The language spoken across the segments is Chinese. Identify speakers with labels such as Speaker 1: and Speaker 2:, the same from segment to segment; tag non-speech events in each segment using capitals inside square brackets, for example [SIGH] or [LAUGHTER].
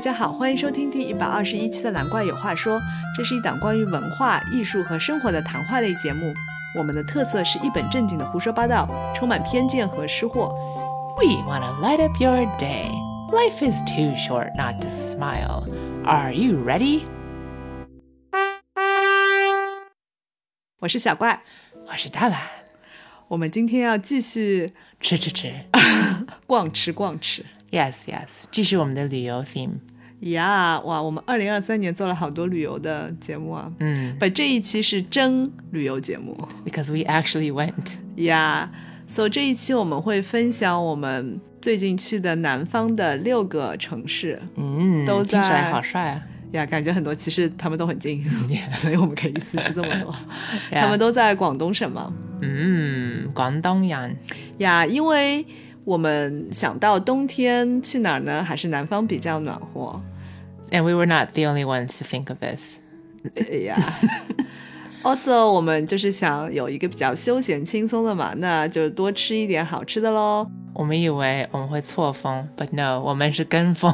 Speaker 1: 家好，欢迎收听第一百二十一期的《蓝怪有话说》，这是一档关于文化艺术和生活的谈话类节目。我们的特色是一本正经的胡说八道，充满偏见和失货。
Speaker 2: We want to light up your day. Life is too short not to smile. Are you ready?
Speaker 1: 我是小怪，
Speaker 2: 我是大懒，
Speaker 1: 我们今天要继续
Speaker 2: 吃吃吃。
Speaker 1: 逛吃逛吃
Speaker 2: [LAUGHS] Yes, yes，继续我们的旅游 theme。
Speaker 1: 呀哇，我们二零二三年做了好多旅游的节目啊，
Speaker 2: 嗯
Speaker 1: 把这一期是真旅游节目。
Speaker 2: ，because we actually went.
Speaker 1: Yeah，so 这一期我们会分享我们最近去的南方的六个城市。
Speaker 2: 嗯，
Speaker 1: 都
Speaker 2: 听起来
Speaker 1: 在
Speaker 2: 好帅啊。
Speaker 1: 呀感觉很多，其实他们都很近
Speaker 2: 嗯
Speaker 1: [LAUGHS]
Speaker 2: Yeah
Speaker 1: 所以我们可以一次吃这
Speaker 2: [LAUGHS]
Speaker 1: 么多。
Speaker 2: Yeah
Speaker 1: 他们都在广东省嘛。
Speaker 2: 嗯，广东人。
Speaker 1: 呀因为我们想到冬天去哪儿呢？还是南方比较暖和。
Speaker 2: And we were not the only ones to think of this.
Speaker 1: 哎
Speaker 2: [LAUGHS]
Speaker 1: 呀，also 我们就是想有一个比较休闲轻松的嘛，那就多吃一点好吃的喽。
Speaker 2: 我们以为我们会错峰，but no，我们是跟风。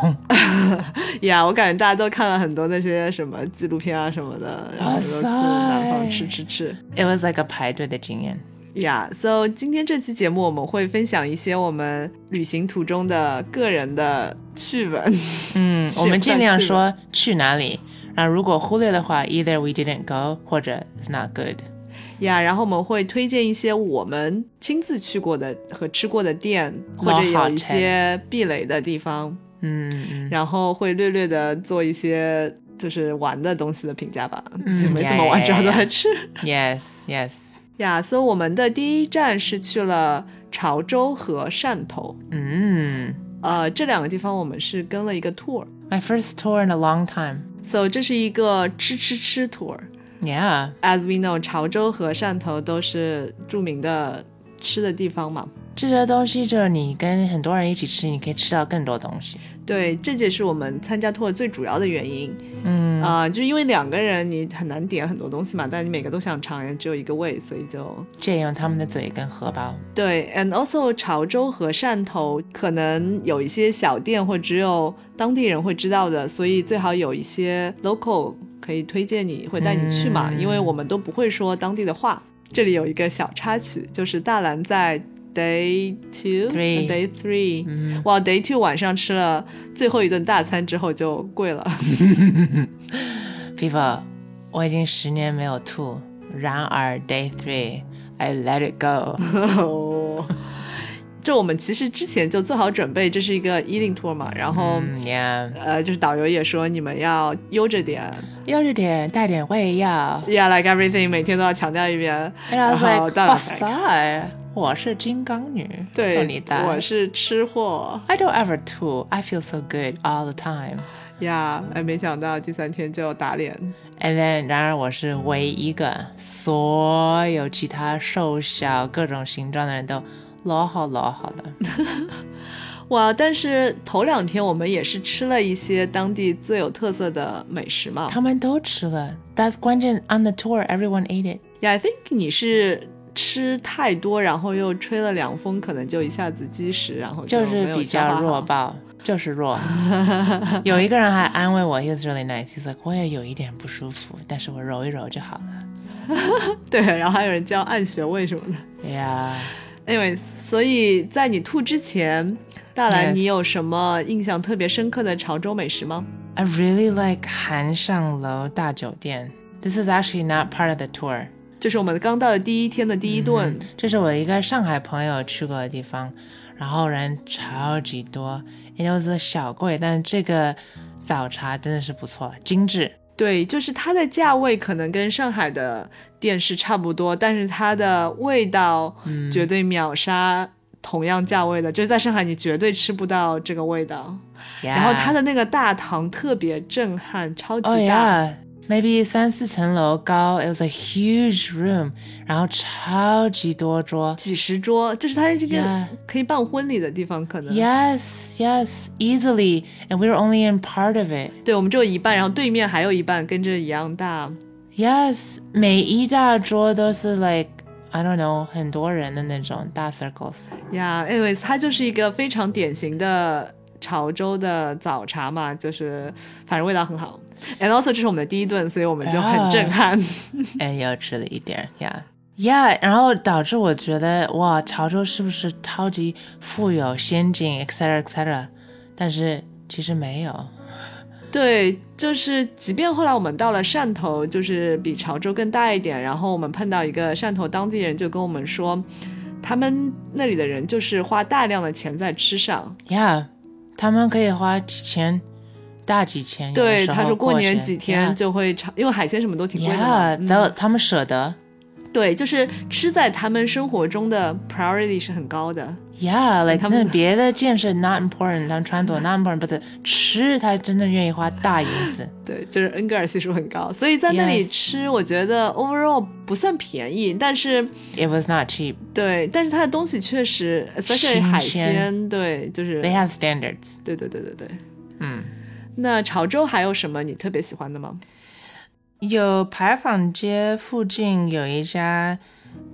Speaker 2: [LAUGHS]
Speaker 1: 呀我感觉大家都看了很多那些什么纪录片啊什么的，然后
Speaker 2: 哇
Speaker 1: 都去
Speaker 2: 塞
Speaker 1: 南方
Speaker 2: 啊
Speaker 1: 吃吃吃。
Speaker 2: It was like a 排队的经验。
Speaker 1: 呀、yeah,，so 今天这期节目我们会分享一些我们旅行途中的个人的趣闻。 [LAUGHS]
Speaker 2: 嗯，
Speaker 1: 其实
Speaker 2: 我们
Speaker 1: 也不
Speaker 2: 尽
Speaker 1: 算
Speaker 2: 量
Speaker 1: 去
Speaker 2: 说去哪里，然后如果忽略的话，either we didn't go 或者 it's not good。
Speaker 1: 呀然后我们会推荐一些我们亲自去过的和吃过的店，或
Speaker 2: 冒
Speaker 1: 者有
Speaker 2: 号
Speaker 1: 一
Speaker 2: 称
Speaker 1: 些避雷的地方，
Speaker 2: 嗯，嗯
Speaker 1: 然后会略略的做一些就是玩的东西的评价吧，
Speaker 2: 嗯
Speaker 1: 就没
Speaker 2: 呀
Speaker 1: 怎么
Speaker 2: 呀
Speaker 1: 玩，
Speaker 2: 呀
Speaker 1: 主要都
Speaker 2: 呀
Speaker 1: 在吃。
Speaker 2: yes yes，
Speaker 1: 呀，所以我们的第一站是去了潮州和汕头，
Speaker 2: 嗯
Speaker 1: 呃，这两个地方我们是跟了一个 tour。
Speaker 2: ，my first tour in a long time。
Speaker 1: So 这是一个吃吃吃 tour。
Speaker 2: Yeah，
Speaker 1: As we know，潮州和汕头都是著名的吃的地方嘛。
Speaker 2: 这些东西就是你跟很多人一起吃，你可以吃到更多东西。
Speaker 1: 对，这也是我们参加 tour 最主要的原因
Speaker 2: 嗯，
Speaker 1: 啊、就因为两个人你很难点很多东西嘛，但你每个都想尝，也只有一个胃，所以就
Speaker 2: 借用他们的嘴跟荷包。
Speaker 1: 对。And also，潮州和汕头可能有一些小店或只有当地人会知道的，所以最好有一些 local 可以推荐你，会带你去嘛，
Speaker 2: 嗯
Speaker 1: 因为我们都不会说当地的话。这里有一个小插曲，就是大兰在 day two、
Speaker 2: Three
Speaker 1: day three，
Speaker 2: 嗯，
Speaker 1: 哇，Day Two 晚上吃了最后一顿大餐之后就跪了。 [LAUGHS]
Speaker 2: Viva，我已经十年没有吐，然而 day three I let it go 。
Speaker 1: 嗯这我们其实之前就做好准备，这是一个 eating tour 嘛，然后、
Speaker 2: 嗯，Yeah，
Speaker 1: 呃，就是导游也说你们要悠着点
Speaker 2: 悠着点，带点胃药。
Speaker 1: ，Yeah，like everything，每天都要强调一遍。
Speaker 2: And I was
Speaker 1: 然后
Speaker 2: like，
Speaker 1: 大
Speaker 2: 哇
Speaker 1: 碗
Speaker 2: 塞，我是金刚女，
Speaker 1: 对
Speaker 2: 逗你，蛋
Speaker 1: 我是吃货
Speaker 2: I don't ever too. I feel so good all the time.
Speaker 1: 呀，哎，没想到第三天就打脸。
Speaker 2: And then，然而我是唯一一个，所有其他瘦小各种形状的人都老好老好的。
Speaker 1: [LAUGHS] 哇！但是头两天我们也是吃了一些当地最有特色的美食嘛。
Speaker 2: 他们都吃了。That's 关键。On the tour, everyone ate it.
Speaker 1: Yeah, I think 你是吃太多，然后又吹了凉风，可能就一下子积食，然后
Speaker 2: 就是
Speaker 1: 没有
Speaker 2: 比
Speaker 1: 消化
Speaker 2: 较
Speaker 1: 好
Speaker 2: 弱。爆，就
Speaker 1: [LAUGHS]
Speaker 2: 是弱。有一个人还安慰我，He was really nice. He's like，我也有一点不舒服，但是我揉一揉就好了。
Speaker 1: 对，然后还有人教按穴位什么的。
Speaker 2: Yeah.
Speaker 1: Anyways，所以在你吐之前，大兰
Speaker 2: 嗯 Yes
Speaker 1: 你有什么印象特别深刻的潮州美食吗？
Speaker 2: I really like 韩上楼大酒店。This is actually not part of the tour.
Speaker 1: 就是我们刚到的第一天的第一顿，
Speaker 2: 这是我一个上海朋友去过的地方，然后人超级多，it was a 小贵，但是这个早茶真的是不错，精致。
Speaker 1: 对，就是它的价位可能跟上海的店是差不多，但是它的味道
Speaker 2: 嗯
Speaker 1: 绝对秒杀同样价位的，就是在上海你绝对吃不到这个味道。然后它
Speaker 2: 的
Speaker 1: 的那个大堂特别震撼，超级
Speaker 2: 哦
Speaker 1: 大。
Speaker 2: 呀，maybe 三四层楼高，it was a huge room，然后超级多桌。
Speaker 1: 几十桌，这是它这个
Speaker 2: Yeah
Speaker 1: 可以办婚礼的地方，可能
Speaker 2: Yes, yes, easily, and we were only in part of it.
Speaker 1: 对我们只有一半，然后对面还有一半跟着一样大。
Speaker 2: Yes，每一大桌都是 like I don't know
Speaker 1: [LAUGHS]
Speaker 2: 很多人的那种大 circles。
Speaker 1: 呀、a n y w a y s 它就是一个非常典型的潮州的早茶嘛，就是反正味道很好。And also 这是我们的第一顿，所以我们就很震撼。
Speaker 2: 哎，又吃了一点，Yeah。Yeah，然后导致我觉得哇，潮州是不是超级富有、先进，etc etc，但是其实没有。
Speaker 1: 对，就是即便后来我们到了汕头，就是比潮州更大一点，然后我们碰到一个汕头当地人，就跟我们说，他们那里的人就是花大量的钱在吃上。
Speaker 2: Yeah，他们可以花几千，大几千。有的
Speaker 1: 对，
Speaker 2: 时
Speaker 1: 他
Speaker 2: 候
Speaker 1: 说过
Speaker 2: 过
Speaker 1: 年
Speaker 2: 节
Speaker 1: 几天
Speaker 2: Yeah，
Speaker 1: 就会嗯炒，因为海鲜什么都挺贵的嘛。
Speaker 2: Yeah，都他们舍得。
Speaker 1: 对，就是吃在他们生活中的 priority 是很高的。 [LAUGHS]
Speaker 2: Yeah，like
Speaker 1: 他
Speaker 2: 那
Speaker 1: 们
Speaker 2: 别的建设 not important，他们穿着 not important，不是吃，他真的愿意花大银子。
Speaker 1: 对，就是恩格尔系数很高，所以在那里
Speaker 2: Yes
Speaker 1: 吃，我觉得 overall 不算便宜，但是
Speaker 2: It was not cheap.
Speaker 1: 对，但是它的东西确实，especially
Speaker 2: 新
Speaker 1: 海
Speaker 2: 鲜
Speaker 1: 鲜，对，就是
Speaker 2: They have standards.
Speaker 1: 对对对对对。
Speaker 2: 嗯，
Speaker 1: 那潮州还有什么你特别喜欢的吗？
Speaker 2: 有牌坊街附近有一家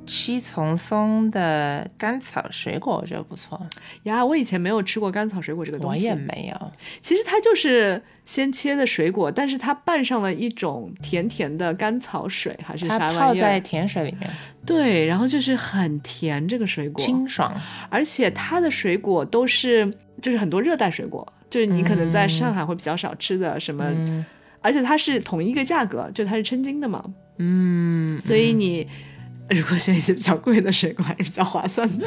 Speaker 2: 七丛松的甘草水果，我觉得不错。
Speaker 1: 呀，我以前没有吃过甘草水果这个
Speaker 2: 我
Speaker 1: 东西。
Speaker 2: 也没有。
Speaker 1: 其实它就是先切的水果，但是它拌上了一种甜甜的甘草水，还是
Speaker 2: 它
Speaker 1: 啥
Speaker 2: 泡
Speaker 1: 玩意
Speaker 2: 在
Speaker 1: 儿？
Speaker 2: 甜水里面，
Speaker 1: 对，然后就是很甜这个水果，
Speaker 2: 清爽。
Speaker 1: 而且它的水果都是就是很多热带水果，就是你可能在上海会比较少吃的什么，
Speaker 2: 嗯
Speaker 1: 而且它是同一个价格，就它是称斤的嘛，
Speaker 2: 嗯，
Speaker 1: 所以你。如果选一些比较贵的水果，还是比较划算 [LAUGHS] 的。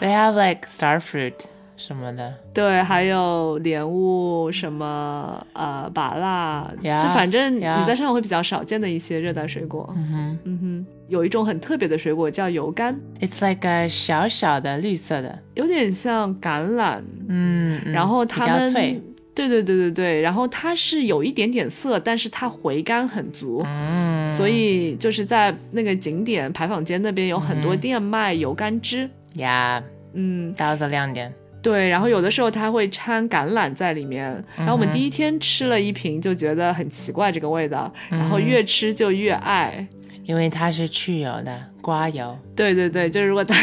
Speaker 2: They have like star fruit 什么的。
Speaker 1: 对，还有莲雾什么呃，芭辣
Speaker 2: Yeah，
Speaker 1: 就反正你
Speaker 2: yeah
Speaker 1: 在上海会比较少见的一些热带水果。
Speaker 2: 嗯
Speaker 1: 嗯哼，有一种很特别的水果叫油柑，
Speaker 2: 哼，It's like a 小小的绿色的，
Speaker 1: 有点像橄榄，
Speaker 2: 嗯，嗯
Speaker 1: 然后
Speaker 2: 比
Speaker 1: 它
Speaker 2: 较
Speaker 1: 们
Speaker 2: 脆。
Speaker 1: 对对对对对，然后它是有一点点涩，但是它回甘很足。
Speaker 2: 嗯，
Speaker 1: 所以就是在那个景点牌坊街那边有很多
Speaker 2: 嗯
Speaker 1: 店卖油柑汁，
Speaker 2: 呀，
Speaker 1: 嗯，
Speaker 2: that was a 亮点。
Speaker 1: 对，然后有的时候它会掺橄榄在里面，然后
Speaker 2: 嗯
Speaker 1: 我们第一天吃了一瓶就觉得很奇怪这个味道，然
Speaker 2: 嗯
Speaker 1: 后越吃就越爱。
Speaker 2: 因为它是去油的瓜油，
Speaker 1: 对对对，就是如果大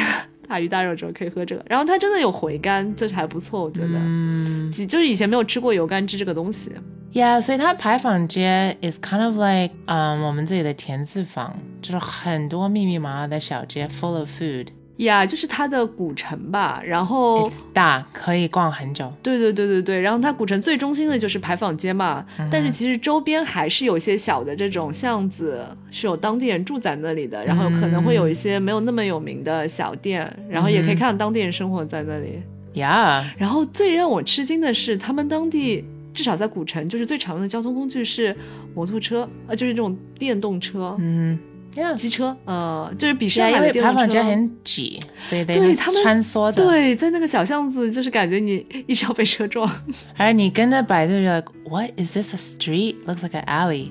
Speaker 1: 大 [LAUGHS] 鱼大肉的时候可以喝这个，然后它真的有回甘，就是还不错，我觉得。
Speaker 2: 嗯
Speaker 1: 几就是以前没有吃过油柑汁这个东西，
Speaker 2: ，Yeah，所以它牌坊街 is kind of like，嗯、我们这里的田字坊，就是很多密密麻麻的小街，full of food，
Speaker 1: 呀就是它的古城吧。然后
Speaker 2: It's 大，可以逛很久。
Speaker 1: 对对对对对，然后它古城最中心的就是牌坊街嘛，
Speaker 2: 嗯
Speaker 1: 但是其实周边还是有一些小的这种巷子是有当地人住在那里的，然后可能会有一些没有那么有名的小店，然后也
Speaker 2: 嗯
Speaker 1: 可以看到当地人生活在那里。
Speaker 2: Yeah，
Speaker 1: 然后最让我吃惊的是，他们当地至少在古城，就是最常用的交通工具是摩托车，呃，就是这种电动车、
Speaker 2: 嗯，Yeah。
Speaker 1: 机车，呃，就是比上海
Speaker 2: 对，因
Speaker 1: 的
Speaker 2: 为
Speaker 1: 电
Speaker 2: 牌
Speaker 1: 动
Speaker 2: 坊街
Speaker 1: 车。
Speaker 2: 很挤，所以得
Speaker 1: 对
Speaker 2: 会
Speaker 1: 他们
Speaker 2: 穿梭着。，
Speaker 1: 对，在那个小巷子，就是感觉你一直要被车
Speaker 2: [LAUGHS]
Speaker 1: 撞。
Speaker 2: 而你跟着摆渡，you're like，what is this a street? Looks like an alley。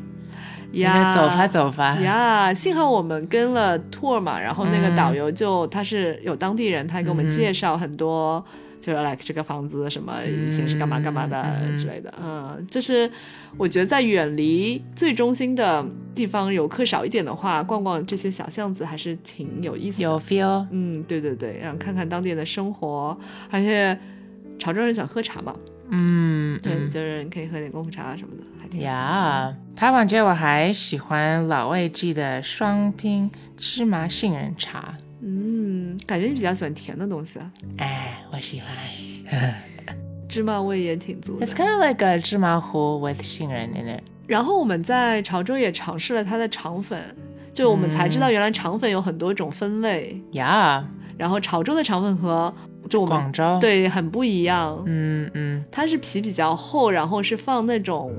Speaker 2: 你在
Speaker 1: 呀，
Speaker 2: 走啊吧走吧。
Speaker 1: 呀，幸好我们跟了 tour 嘛，然后那个导游就、他是有当地人，他给我们介绍很多，就是 like 这个房子什么以前是干嘛干嘛的之类的，嗯，就是我觉得在远离最中心的地方游客少一点的话，逛逛这些小巷子还是挺有意思的。
Speaker 2: 有 feel，
Speaker 1: 嗯，对对对，然后看看当地人的生活，而且潮州人喜欢喝茶嘛，
Speaker 2: 嗯，
Speaker 1: 对，就是你可以喝点功夫茶啊什么的，还挺好。
Speaker 2: 呀，牌坊街我还喜欢老味记的双拼芝麻杏仁茶，
Speaker 1: 嗯，感觉你比较喜欢甜的东西啊。
Speaker 2: 哎，我喜欢。
Speaker 1: 芝麻味也挺足的
Speaker 2: It's。kind of like a 芝麻糊 with 杏仁 in it。
Speaker 1: 然后我们在潮州也尝试了它的肠粉，就我们才知道
Speaker 2: 嗯
Speaker 1: 原来肠粉有很多种分类。
Speaker 2: 呀，
Speaker 1: 然后潮州的肠粉和就我们
Speaker 2: 广州，，
Speaker 1: 对很不一样，
Speaker 2: 嗯嗯
Speaker 1: 它是皮比较厚，然后是放那种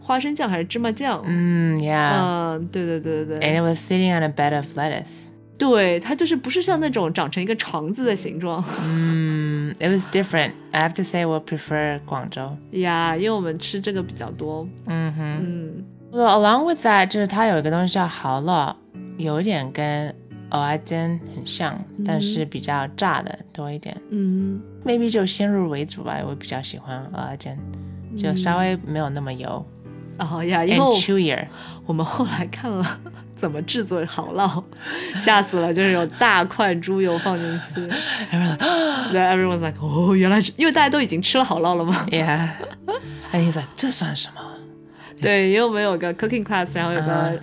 Speaker 1: 花生酱还是芝麻酱。
Speaker 2: 嗯，Yeah。哎
Speaker 1: 嗯，对对对对
Speaker 2: And
Speaker 1: 对，
Speaker 2: it was sitting on a bed of lettuce.
Speaker 1: 对它就是不是像那种长成一个肠子的形状 [LAUGHS]
Speaker 2: 嗯，It was different. I have to say, 我 prefer 广州。
Speaker 1: 呀，因为我们吃这个比较多。
Speaker 2: 嗯哼。
Speaker 1: 嗯，
Speaker 2: Well, along with that，就是它有一个东西叫蚝烙，有一点跟蚵仔煎很像，但是比较炸的多一点。
Speaker 1: 嗯
Speaker 2: Maybe 就先入为主吧，我比较喜欢蚵仔煎，就稍微没有那么油。
Speaker 1: 哦呀，因为
Speaker 2: and
Speaker 1: 我 [LAUGHS]
Speaker 2: chewier。
Speaker 1: 我们后来看了 [LAUGHS] 怎么制作蚝烙，吓死了，就是有大块猪油放进去， [LAUGHS] 对，everyone's like，哦，原来是因为大家都已经吃了蚝烙了
Speaker 2: [LAUGHS]
Speaker 1: 嘛，
Speaker 2: Yeah，哎，你在这算什么
Speaker 1: [LAUGHS] 对，因为我们有个 cooking class，然后有
Speaker 2: 啊
Speaker 1: 个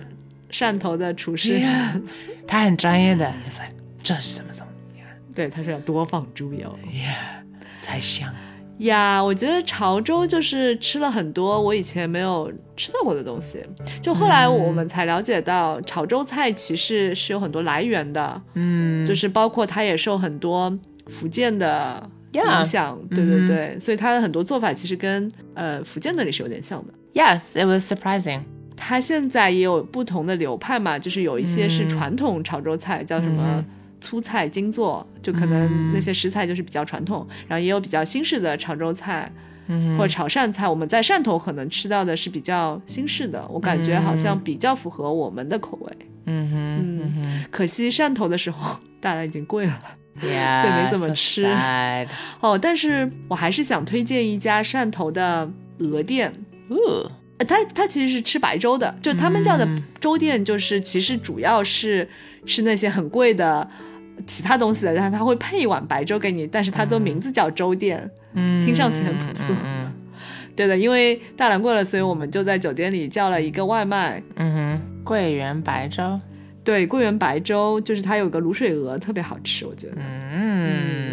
Speaker 1: 汕头的厨师，
Speaker 2: ？Yeah，他很专业的。你在这是什么东西
Speaker 1: 对，他说要多放猪油。
Speaker 2: ？Yeah，才香。
Speaker 1: 呀，我觉得潮州就是吃了很多我以前没有吃到过的东西。就后
Speaker 2: 嗯
Speaker 1: 来我们才了解到，潮州菜其实是有很多来源的，
Speaker 2: 嗯，
Speaker 1: 就是包括它也受很多福建的
Speaker 2: Yeah，
Speaker 1: 影响。对对对，所以它的很多做法其实跟呃福建那里是有点像的。
Speaker 2: Yes，it was surprising。
Speaker 1: 它现在也有不同的流派嘛，就是有一些是
Speaker 2: 嗯
Speaker 1: 传统潮州菜，叫什么
Speaker 2: 嗯
Speaker 1: 粗菜、精做，就可能那些食材就是比较传统，然后也有比较新式的潮州菜。
Speaker 2: 嗯
Speaker 1: 或者潮汕菜，我们在汕头可能吃到的是比较新式的，我感觉好像比较符合我们的口味。
Speaker 2: 嗯哼嗯
Speaker 1: 可惜汕头的时候， [LAUGHS] 大家已经贵了
Speaker 2: 哼，Yeah，
Speaker 1: 所以没怎么吃
Speaker 2: so sad
Speaker 1: 哦。但是我还是想推荐一家汕头的鹅店，
Speaker 2: Ooh，
Speaker 1: 呃它它其实是吃白粥的，就他们叫的
Speaker 2: 嗯
Speaker 1: 粥店，就是其实主要是吃那些很贵的。其他东西的，但是它会配一碗白粥给你，但是它都名字叫粥店，
Speaker 2: 嗯，
Speaker 1: 听上去很朴素。
Speaker 2: 嗯
Speaker 1: [LAUGHS] 对的，因为大兰贵了，所以我们就在酒店里叫了一个外卖，
Speaker 2: 嗯哼，桂圆白粥。
Speaker 1: 对，桂圆白粥就是它有个卤水鹅，特别好吃，我觉得。
Speaker 2: 嗯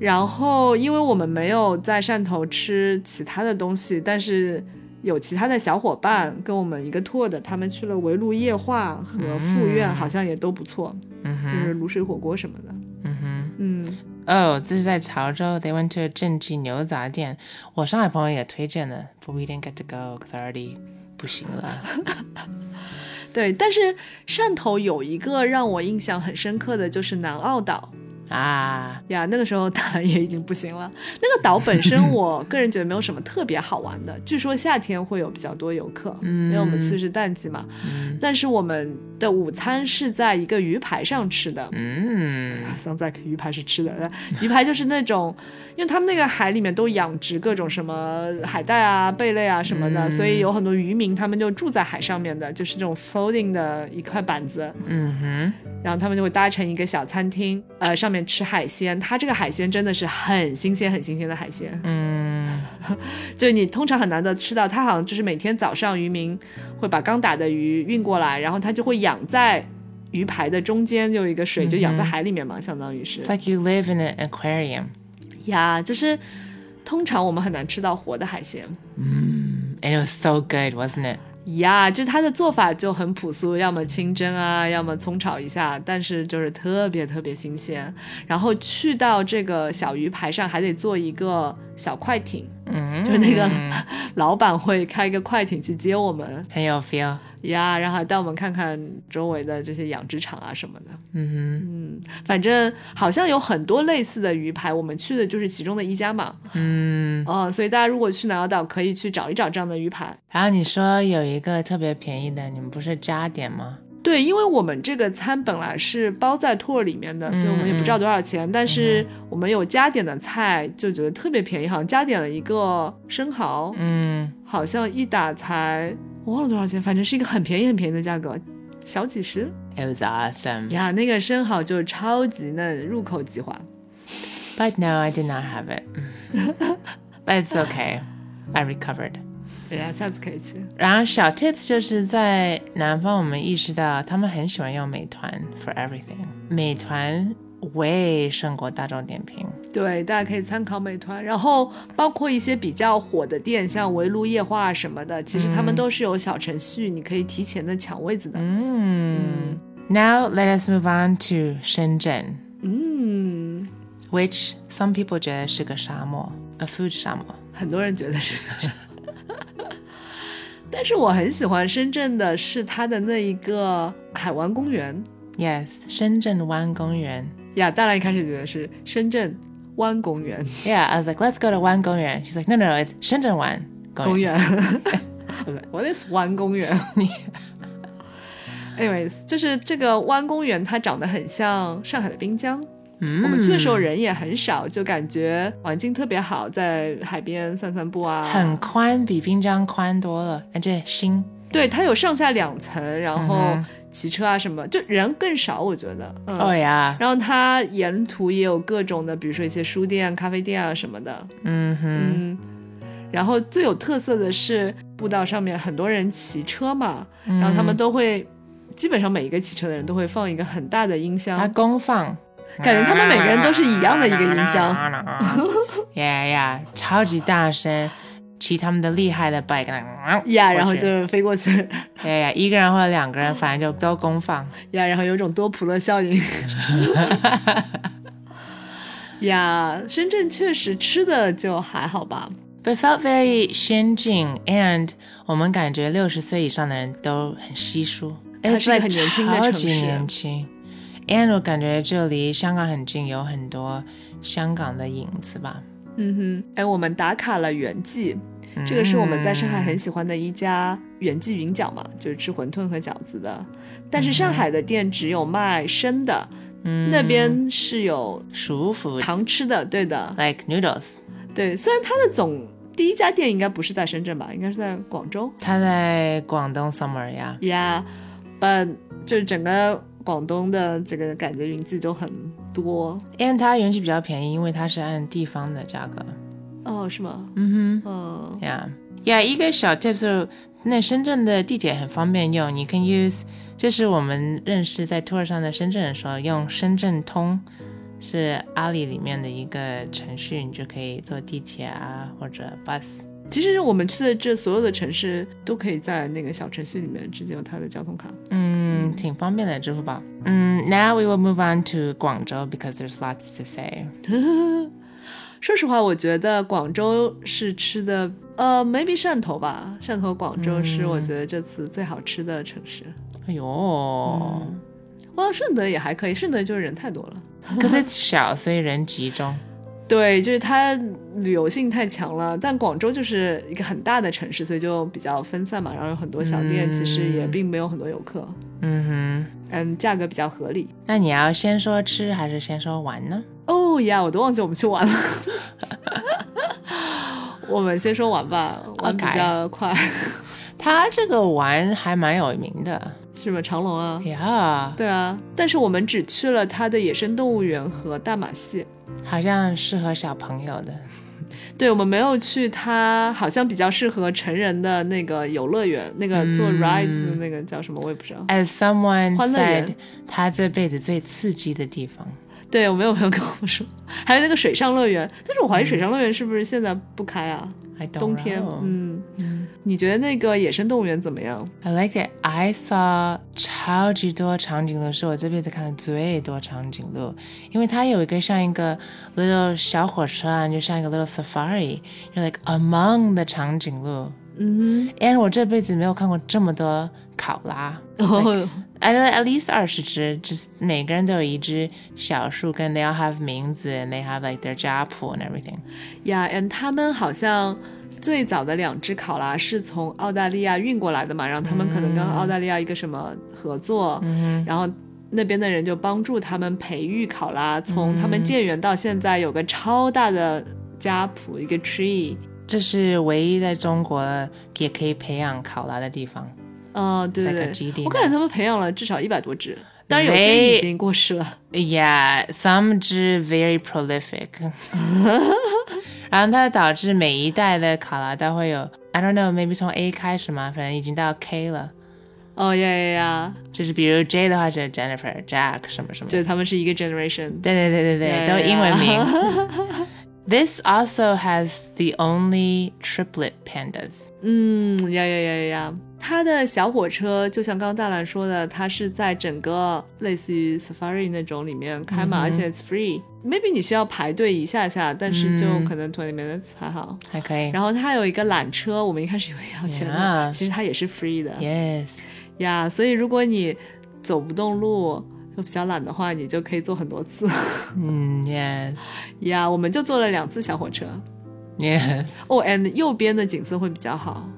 Speaker 1: 然后，因为我们没有在汕头吃其他的东西，但是有其他的小伙伴跟我们一个 tour 的，他们去了围炉夜话和富苑，
Speaker 2: 嗯
Speaker 1: 好像也都不错，
Speaker 2: 嗯
Speaker 1: 就
Speaker 2: 哼
Speaker 1: 是卤水火锅什么的。
Speaker 2: 嗯哼。
Speaker 1: 嗯，
Speaker 2: 哦，这是在潮州，They went to a 正记牛杂店。我上海朋友也推荐了，But we didn't get to go because already 不行了。
Speaker 1: 对。但是汕头有一个让我印象很深刻的就是南澳岛
Speaker 2: 啊，
Speaker 1: 呀，那个时候当然也已经不行了。那个岛本
Speaker 2: [LAUGHS]
Speaker 1: 身，我个人觉得没有什么特别好玩的，据说夏天会有比较多游客。
Speaker 2: 嗯，
Speaker 1: 因为我们去是淡季嘛，
Speaker 2: 嗯
Speaker 1: 但是我们的午餐是在一个鱼排上吃的。
Speaker 2: 嗯
Speaker 1: 桑赞鱼排是吃的，呃鱼排就是那种，因为他们那个海里面都养殖各种什么海带啊、贝类啊什么的，
Speaker 2: 嗯
Speaker 1: 所以有很多渔民他们就住在海上面的，就是这种 floating 的一块板子，
Speaker 2: 嗯
Speaker 1: 然后他们就会搭成一个小餐厅，呃，上面吃海鲜。它这个海鲜真的是很新鲜、很新鲜的海鲜，
Speaker 2: 哼，嗯
Speaker 1: 就你通常很难得吃到，它好像就是每天早上渔民会把刚打的鱼运过来，然后它就会养在鱼排的中间，有一个水就养在海里面嘛，相当于是
Speaker 2: ，It's。like you live in an aquarium
Speaker 1: 呀，就是通常我们很难吃到活的海鲜。
Speaker 2: and it was so good, wasn't it?
Speaker 1: 呀，就它的做法就很朴素，要么清蒸啊，要么葱炒一下，但是就是特别特别新鲜。然后去到这个小鱼排上，还得坐一个小快艇，
Speaker 2: 嗯，
Speaker 1: 就是那个老板会开一个快艇去接我们，
Speaker 2: 很有 feel。
Speaker 1: 呀，然后还带我们看看周围的这些养殖场啊什么的。
Speaker 2: 嗯
Speaker 1: 嗯，反正好像有很多类似的鱼排，我们去的就是其中的一家嘛。
Speaker 2: 哼，嗯。
Speaker 1: 哦，所以大家如果去南澳岛，可以去找一找这样的鱼排。
Speaker 2: 然后你说有一个特别便宜的，你们不是加点吗？
Speaker 1: 对，因为我们这个餐本来是包在 tour 里面的，所以我们也不知道多少钱。但是我们有加点的菜，就觉得特别便宜，好像加点了一个生蚝，
Speaker 2: 嗯，
Speaker 1: 好像一打才我忘了多少钱，反正是一个很便宜很便宜的价格，小几十。
Speaker 2: It was awesome,
Speaker 1: 呀，那个生蚝就超级嫩，入口即化。
Speaker 2: but no, I did not have it. [LAUGHS] But it's okay, I recovered.
Speaker 1: 哎呀，下次可以去。
Speaker 2: 然后小 tips 就是在南方，我们意识到他们很喜欢用美团 for everything，美团 way 胜过大众点评。
Speaker 1: 对，大家可以参考美团，然后包括一些比较火的店，像围炉夜话什么的，其实他们都是有小程序，你可以提前的抢位子的。
Speaker 2: 嗯，Now let us move on to 深圳
Speaker 1: 嗯，
Speaker 2: ，which some people 觉得是个沙漠，a food 沙漠。
Speaker 1: 很多人觉得是。 [LAUGHS] 但是我很喜欢深圳的是它的那一个海湾公园
Speaker 2: Yes，深圳湾公园。
Speaker 1: 呀，当然一开始觉得是深圳湾公园
Speaker 2: Yeah，I was like let's go to 湾公园。She's like no no no，it's 深圳湾公
Speaker 1: 公
Speaker 2: 园。
Speaker 1: 园 [LAUGHS] ，What is 湾公园？anyways，就是这个湾公园，它长得很像上海的滨江。
Speaker 2: 嗯
Speaker 1: 我们去的时候人也很少，就感觉环境特别好，在海边散散步啊。
Speaker 2: 很宽，比滨江宽多了，而且新。
Speaker 1: 对，它有上下两层，然后
Speaker 2: 嗯
Speaker 1: 骑车啊什么，就人更少，我觉得。嗯、
Speaker 2: 哦呀，
Speaker 1: 然后它沿途也有各种的，比如说一些书店、咖啡店啊什么的。
Speaker 2: 嗯哼，
Speaker 1: 嗯，然后最有特色的是步道上面很多人骑车嘛，然后他们都会，基本上每一个骑车的人都会放一个很大的音箱
Speaker 2: 它，公放，
Speaker 1: 啊感嗯觉他们每个人都是一样的一个音
Speaker 2: [LAUGHS]
Speaker 1: 箱。
Speaker 2: 呀呀，超级大声，骑他们的厉害的 bike，
Speaker 1: [LAUGHS] 呀然后
Speaker 2: 过去
Speaker 1: 就飞过去，
Speaker 2: 呀呀，一个人或者两个人，反正就都公放。
Speaker 1: 呀，然后有种多普勒效应。 [LAUGHS] 呀，深圳确实吃的就还好吧。
Speaker 2: But felt very 先进，and 我们感觉六十岁以上的人都很稀疏。
Speaker 1: 它是一个
Speaker 2: It's like
Speaker 1: 哎很年轻的城市啊
Speaker 2: 超级年轻。And 我感觉这离香港很近，有很多香港的影子吧。
Speaker 1: 嗯哼，哎，我们打卡了袁记，这个是我们在上海很喜欢的一家袁记云饺嘛，就是吃馄饨和饺子的。但是上海的店只有卖生的，
Speaker 2: 嗯
Speaker 1: 那边是有
Speaker 2: 舒服
Speaker 1: 糖吃的，对的，
Speaker 2: ，like noodles。
Speaker 1: 对。虽然它的总第一家店应该不是在深圳吧，应该是在广州。
Speaker 2: 他在广东 somewhere 呀、
Speaker 1: 呀，把就是整个广东的这个感觉云记都很多
Speaker 2: and 它原价比较便宜，因为它是按地方的价格。
Speaker 1: 哦，是吗？
Speaker 2: 嗯
Speaker 1: 嗯
Speaker 2: 哼，呀呀，一个小 tip 是，那深圳的地铁很方便用，你 can use，这是我们认识在 tour 上的深圳人说，用深圳通是阿里里面的一个程序，你就可以坐地铁啊或者 bus。
Speaker 1: 其实我们去的这所有的城市都可以在那个小程序里面直接有它的交通卡。 [LAUGHS]
Speaker 2: 嗯，挺方便的，支付宝。嗯，Now we will move on to 广州 because there's lots to say。
Speaker 1: 说实话，我觉得广州是吃的，呃，maybe 汕头吧，汕头、广州是我觉得这次最好吃的城市。
Speaker 2: 哎呦。
Speaker 1: 哇，顺德也还可以，顺德就是人太多了。
Speaker 2: 可是小，所以人集中。
Speaker 1: 对，就是它旅游性太强了，但广州就是一个很大的城市，所以就比较分散嘛，然后有很多小店，其实也并没有很多游客，
Speaker 2: 嗯哼，
Speaker 1: 嗯，价格比较合理。
Speaker 2: 那你要先说吃还是先说玩呢？
Speaker 1: 哦呀，我都忘记我们去玩了。 [LAUGHS] 我们先说玩吧，玩比
Speaker 2: OK
Speaker 1: 较快
Speaker 2: 他这个玩还蛮有名的
Speaker 1: 是吧？长隆啊，
Speaker 2: 呀
Speaker 1: 对啊，但是我们只去了它的野生动物园和大马戏，
Speaker 2: 好像适合小朋友的。
Speaker 1: 对我们没有去它好像比较适合成人的那个游乐园，那个做 rides 的那个叫什么我也不知道。
Speaker 2: As someone
Speaker 1: 欢乐园
Speaker 2: said，他这辈子最刺激的地方，
Speaker 1: 对，我没有朋友跟我说，还有那个水上乐园，但是我怀疑水上乐园是不是现在不开啊？
Speaker 2: I don't
Speaker 1: 冬天
Speaker 2: know，
Speaker 1: 嗯，你觉得那个野生动物园怎么样？
Speaker 2: I like it. I saw 超级多长颈鹿，是我这辈子看的最多长颈鹿，因为它有一个像一个 little 小火车啊，就像一个 little safari，就 like among the 长颈鹿。
Speaker 1: 嗯，
Speaker 2: and 我这辈子没有看过这么多考拉。
Speaker 1: [LAUGHS] 然后
Speaker 2: I know at least 二十只，就是每个人都有一只小树根，they all have 名字，and they have like their 家谱 and everything。
Speaker 1: 呀，and 他们好像最早的两只考拉是从澳大利亚运过来的嘛，然后他们可能跟澳大利亚一个什么合作，然后那边的人就帮助他们培育考拉，从他们建园到现在有个超大的家谱，一个 tree。
Speaker 2: 这是唯一在中国也可以培养考拉的地方。
Speaker 1: 哦，对
Speaker 2: 在
Speaker 1: 对
Speaker 2: 个基
Speaker 1: 对，
Speaker 2: 地
Speaker 1: 我
Speaker 2: 呢
Speaker 1: 感觉他们培养了至少一百多只，当然有些已
Speaker 2: They-
Speaker 1: 经过世了。
Speaker 2: Yeah, some 只 very prolific，然后它导致每一代的考拉都会有，I don't know，maybe 从 A 开始嘛，反正已经到 K 了。
Speaker 1: 哦呀呀呀，
Speaker 2: 就是比如 J 的话是 Jennifer、Jack 什么什么的。
Speaker 1: 就是他们是一个 generation。
Speaker 2: 对对对对
Speaker 1: Yeah,
Speaker 2: 对，都
Speaker 1: yeah,
Speaker 2: 英文
Speaker 1: yeah.
Speaker 2: 名。This [LAUGHS] also has the only triplet pandas。
Speaker 1: 嗯，呀呀呀呀呀！它的小火车就像刚刚大兰说的，它是在整个类似于 Safari 那种里面开嘛，而且 it's free。Maybe 你需要排队一下下，但是就可能 twenty minutes 还好。
Speaker 2: 还可以。
Speaker 1: 然后它有一个缆车，我们一开始以为要钱的
Speaker 2: Yeah
Speaker 1: 其实它也是 free 的
Speaker 2: Yes，
Speaker 1: 呀。所以如果你走不动路又比较懒的话，你就可以坐很多次
Speaker 2: 嗯，yes，yes、
Speaker 1: 呀。我们就坐了两次小火车
Speaker 2: yes，yes，
Speaker 1: 哦、a n d 右边的景色会比较好，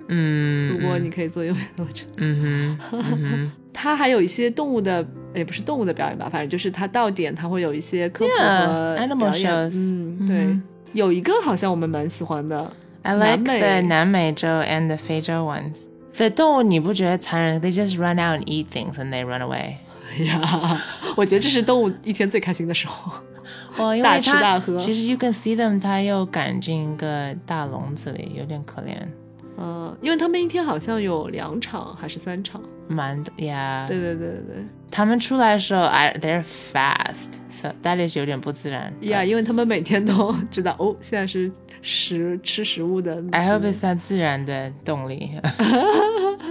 Speaker 1: 如
Speaker 2: 嗯 Mm,
Speaker 1: 果你可以坐右边的火车。
Speaker 2: mm-hmm, 嗯哼，嗯哼，
Speaker 1: 它还有一些动物的也不是动物的表演吧，反正就是它到点它会有一些科普
Speaker 2: Yeah,
Speaker 1: 和
Speaker 2: animal
Speaker 1: 表演。
Speaker 2: shows.
Speaker 1: 嗯，对，
Speaker 2: Mhm.
Speaker 1: 有一个好像我们蛮喜欢的，
Speaker 2: I like
Speaker 1: 南美。
Speaker 2: the 南美洲 and the 非洲 ones. The 动物你不觉得残忍 They just run out and eat things and they run away.
Speaker 1: 哎呀，我觉得这是动物一天最开心的时候。
Speaker 2: 哦，因为
Speaker 1: 大吃
Speaker 2: 它
Speaker 1: 大喝。
Speaker 2: 其实 you can see them，它又赶进一个大笼子里，有点可怜，
Speaker 1: 嗯、因为他们一天好像有两场还是三场。
Speaker 2: 蛮多呀。
Speaker 1: 对对对对
Speaker 2: 他们出来的时候，I they're fast，so that is 有点不自然。
Speaker 1: 对，呀、因为他们每天都知道哦，现在是食吃食物的。
Speaker 2: I hope it's 它自然的
Speaker 1: [LAUGHS]
Speaker 2: 动力。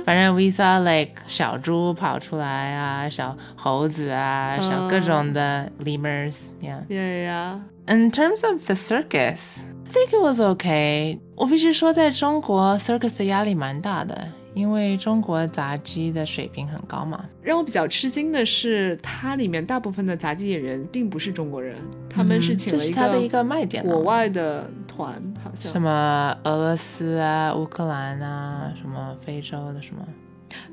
Speaker 2: 反正 we saw like 小猪跑出来啊，小猴子啊，小各种的 lemurs，yeah。
Speaker 1: 呀呀
Speaker 2: In terms of the circus, I think it was okay. 我必须说，在中国 circus 的压力蛮大的，因为中国杂技的水平很高嘛。
Speaker 1: 让我比较吃惊的是，它里面大部分的杂技演员并不是中国人，他们是请
Speaker 2: 这
Speaker 1: 了
Speaker 2: 是
Speaker 1: 一
Speaker 2: 它的一
Speaker 1: 个
Speaker 2: 个卖点、啊。
Speaker 1: 国外的团，好像
Speaker 2: 什么俄罗斯啊、乌克兰啊、什么非洲的什么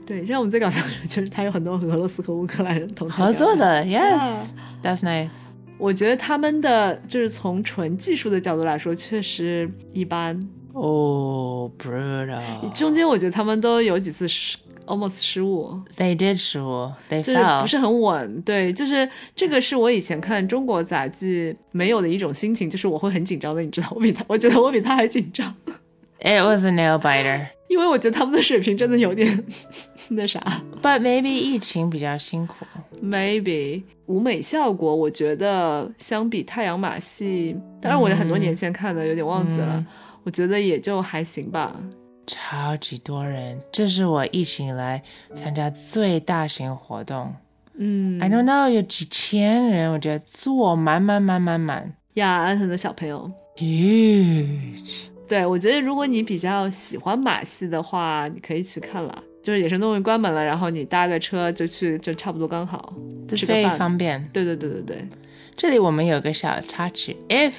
Speaker 1: 对，让我们最搞笑的是，就是他有很多俄罗斯和乌克兰人同台
Speaker 2: 合作
Speaker 1: 表演。
Speaker 2: 的
Speaker 1: 啊
Speaker 2: ，yes，that's nice。
Speaker 1: 我觉得他们的就是从纯技术的角度来说，确实一般。
Speaker 2: 哦、b r u t a
Speaker 1: 中间我觉得他们都有几次失 almost 失误，
Speaker 2: l They did 失误，They
Speaker 1: 就是不
Speaker 2: fell。
Speaker 1: 是很稳。对，就是这个是我以前看中国杂技没有的一种心情，就是我会很紧张的，你知道，我比他，我觉得我比他还紧张，
Speaker 2: It was a nail biter。
Speaker 1: 因为我觉得他们的水平真的有
Speaker 2: [LAUGHS]
Speaker 1: 点那啥。
Speaker 2: But maybe 疫情比较辛苦。
Speaker 1: Maybe 舞美效果，我觉得相比太阳马戏，当然我很多年前看的，有点忘记了，
Speaker 2: 嗯
Speaker 1: 我觉得也就还行吧。
Speaker 2: 超级多人，这是我疫情以来参加最大型活动。
Speaker 1: 嗯，
Speaker 2: I don't know，有几千人，我觉得坐满满满满满
Speaker 1: 呀，很多小朋友。
Speaker 2: ，huge。
Speaker 1: 对，我觉得如果你比较喜欢马戏的话，你可以去看了。就是野生动物园关门了，然后你搭个车就去，就差不多刚好。
Speaker 2: 这
Speaker 1: 吃
Speaker 2: 是
Speaker 1: 个
Speaker 2: 非
Speaker 1: 饭
Speaker 2: 方便。
Speaker 1: 对对对对对，
Speaker 2: 这里我们有个小插曲，if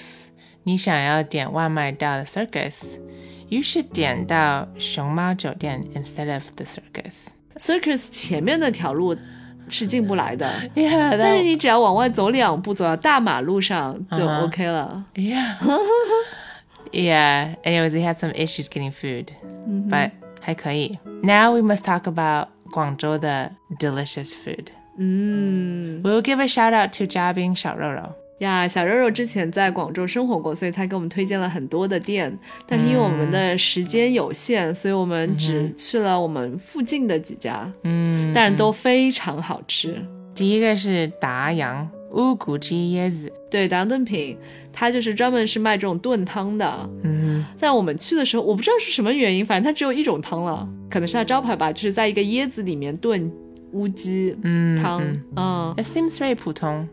Speaker 2: 你想要点外卖到的 circus，you should 点到熊猫酒店 instead of the circus。
Speaker 1: circus 前面那条路是进不来的，
Speaker 2: Yeah，
Speaker 1: [LAUGHS] 但是
Speaker 2: that-
Speaker 1: 你只要往外走两步，走到大马路上就
Speaker 2: 嗯哼
Speaker 1: OK 了。
Speaker 2: yeah [LAUGHS] yeah. Anyways, we had some issues getting food, but 还可以。Now we must talk about 广州的 delicious food.
Speaker 1: 嗯
Speaker 2: We will give a shout out to 嘉宾小肉肉。
Speaker 1: 呀，小肉肉之前在广州生活过，所以他给我们推荐了很多的店，但是因为我
Speaker 2: 嗯
Speaker 1: 们的时间有限，所以我们只去了我们附近的几家，
Speaker 2: 嗯，
Speaker 1: 但是都非常好吃。
Speaker 2: 第一个是达阳乌骨鸡椰子。
Speaker 1: 对，达阳炖品，它就是专门是卖这种炖汤的。
Speaker 2: 嗯
Speaker 1: 但我们去的时候，我不知道是什么原因，反正它只有一种汤了，可能是它招牌吧，就是在一个椰子里面炖乌鸡
Speaker 2: 嗯
Speaker 1: 汤，
Speaker 2: 嗯
Speaker 1: 嗯
Speaker 2: ，It seems very 普通，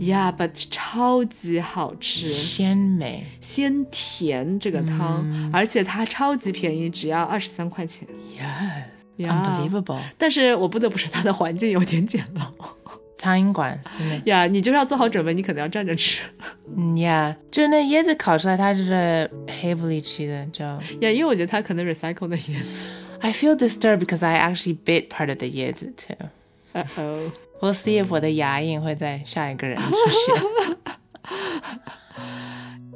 Speaker 1: 呀、b u t 超级好吃，
Speaker 2: 鲜美。
Speaker 1: 鲜甜这个汤，
Speaker 2: 嗯
Speaker 1: 而且它超级便宜，只要二十三块钱
Speaker 2: Yes,
Speaker 1: 呀。
Speaker 2: unbelievable！
Speaker 1: 但是我不得不说，它的环境有点简陋 [LAUGHS]
Speaker 2: 苍蝇馆，真的，
Speaker 1: 呀你就是要做好准备，你可能要站着吃
Speaker 2: 嗯呀，就是那椰子烤出来，它就是黑不溜秋的，就。
Speaker 1: 呀因为我觉得它可能 recycle 的 [LAUGHS] 椰子。
Speaker 2: I feel disturbed because I actually bit part of the 椰子 too.
Speaker 1: 呃哦，
Speaker 2: We'll see if 我的牙印会在下一个人出现。 [LAUGHS]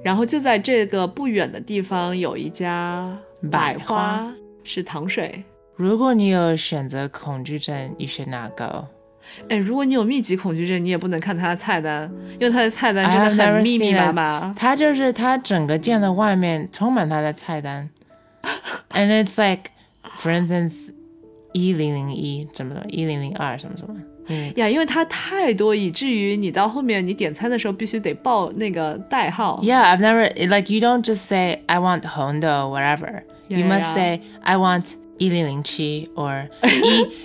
Speaker 1: 然后就在这个不远的地方有一家
Speaker 2: 百
Speaker 1: 百
Speaker 2: 花
Speaker 1: 花，是糖水。
Speaker 2: 如果你有选择恐惧症，you should not go.
Speaker 1: 哎，如果你有密集恐惧症，你也不能看它的菜单，因为它的菜单
Speaker 2: I
Speaker 1: 真
Speaker 2: have
Speaker 1: 的
Speaker 2: never
Speaker 1: 很密密
Speaker 2: seen
Speaker 1: 麻
Speaker 2: it.
Speaker 1: 麻。
Speaker 2: 它就是它整个店的外面充满它的菜单 [LAUGHS] ，and it's like, for instance, 一零零一怎么怎么，一零零二什么什么，嗯，
Speaker 1: 呀，因为它太多，以至于你到后面你点餐的时候必须得报那个代号。
Speaker 2: Yeah, I've never like you don't just say I want Hondo whatever. you
Speaker 1: Yeah,
Speaker 2: must
Speaker 1: yeah.
Speaker 2: say I want 1007
Speaker 1: [LAUGHS]
Speaker 2: or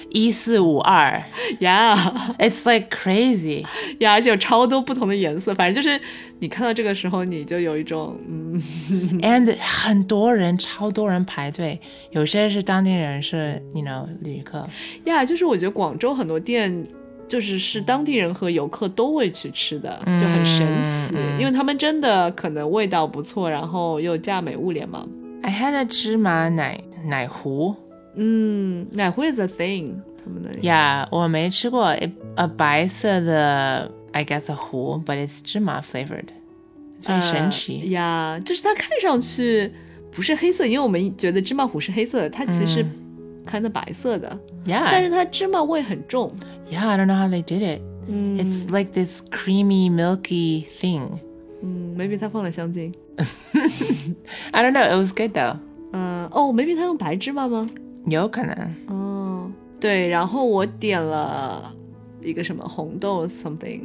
Speaker 2: 1452.
Speaker 1: 呀
Speaker 2: It's
Speaker 1: [LAUGHS]
Speaker 2: like crazy.
Speaker 1: 呀，而且有超多不同的颜色，反正就是你看到这个时候，你就有一种嗯
Speaker 2: And 很多人超多人排队，有些是当地人是 you know 旅客。
Speaker 1: 呀，就是我觉得广州很多店。就是是当地人和游客都会去吃的，就很神奇，因为他们真的可能味道不错，然后又价美物廉嘛。
Speaker 2: I had a 芝麻奶奶糊
Speaker 1: 嗯，奶糊 is a thing，他们那里。
Speaker 2: 呀，我没吃过，it 呃白色的，I guess a 糊，but it's 芝麻 flavored，很
Speaker 1: Uh,
Speaker 2: 神奇。
Speaker 1: 呃呀就是它看上去不是黑色，因为我们觉得芝麻糊是黑色的，它其
Speaker 2: 嗯
Speaker 1: 实看的白色的，但
Speaker 2: yeah,
Speaker 1: 是它芝麻味很重。
Speaker 2: yeah, I don't know how they did it.
Speaker 1: 嗯
Speaker 2: It's like this creamy, milky thing.
Speaker 1: 嗯，maybe 它放了香精。
Speaker 2: I don't know. It was good though.
Speaker 1: 嗯，哦，maybe 它用白芝麻吗？
Speaker 2: 有可能。
Speaker 1: 哦，对，然后我点了一个什么红豆 something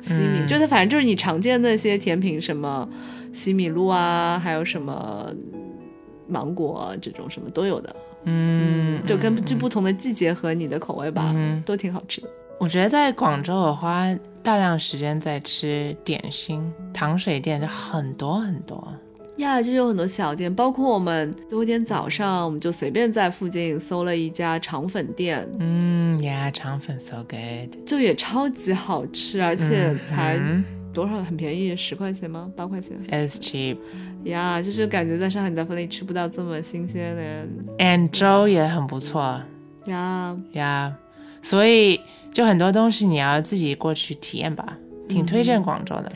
Speaker 1: 西米，
Speaker 2: 嗯
Speaker 1: 就是反正就是你常见那些甜品，什么西米露啊，还有什么芒果啊这种什么都有的，
Speaker 2: 嗯，
Speaker 1: 就根据不同的季节和你的口味吧，
Speaker 2: 嗯
Speaker 1: 都挺好吃的。
Speaker 2: 我觉得在广州，我花大量时间在吃点心，糖水店就很多很多。
Speaker 1: 呀就是有很多小店，包括我们最后一天早上，我们就随便在附近搜了一家肠粉店，
Speaker 2: 嗯，Yeah，肠粉 so good，
Speaker 1: 就也超级好吃，而且才
Speaker 2: 嗯
Speaker 1: 多少很便宜，十块钱吗？八块钱？
Speaker 2: ，is cheap。
Speaker 1: 呀就是感觉在上海你在饭店吃不到这么新鲜的
Speaker 2: And 粥也很不错
Speaker 1: 呀。
Speaker 2: 呀所以就很多东西你要自己过去体验吧，挺推荐广州的。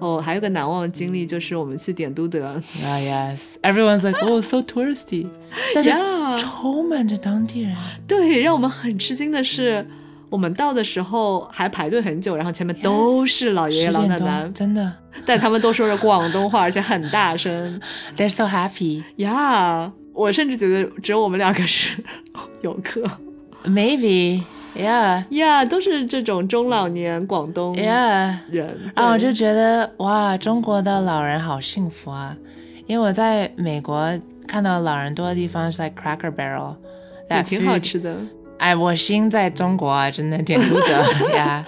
Speaker 1: 哦，还有个难忘的经历就是我们去点都 [LAUGHS] 德，
Speaker 2: Yeah, yes, everyone's like, oh, so [LAUGHS] touristy，但是
Speaker 1: Yeah
Speaker 2: 充满着当地人。
Speaker 1: 对，让我们很吃惊的是，我们到的时候还排队很久，然后前面都是老爷爷
Speaker 2: 十
Speaker 1: 老
Speaker 2: 点
Speaker 1: 奶
Speaker 2: 多
Speaker 1: 奶，
Speaker 2: 真的
Speaker 1: 但他们都说着广东话，而且很大声
Speaker 2: ，they're so happy。
Speaker 1: 呀。我甚至觉得只有我们两个是游客
Speaker 2: Maybe, yeah,
Speaker 1: 呀都是这种中老年广东
Speaker 2: yeah.
Speaker 1: 人
Speaker 2: 啊，我
Speaker 1: 对
Speaker 2: 就觉得哇，中国的老人好幸福啊！因为我在美国看到老人多的地方是在 Cracker Barrel，
Speaker 1: 也
Speaker 2: that
Speaker 1: 挺好
Speaker 2: food-
Speaker 1: 吃的。
Speaker 2: 哎，我心在中国啊，真的点都
Speaker 1: [LAUGHS]
Speaker 2: 德呀。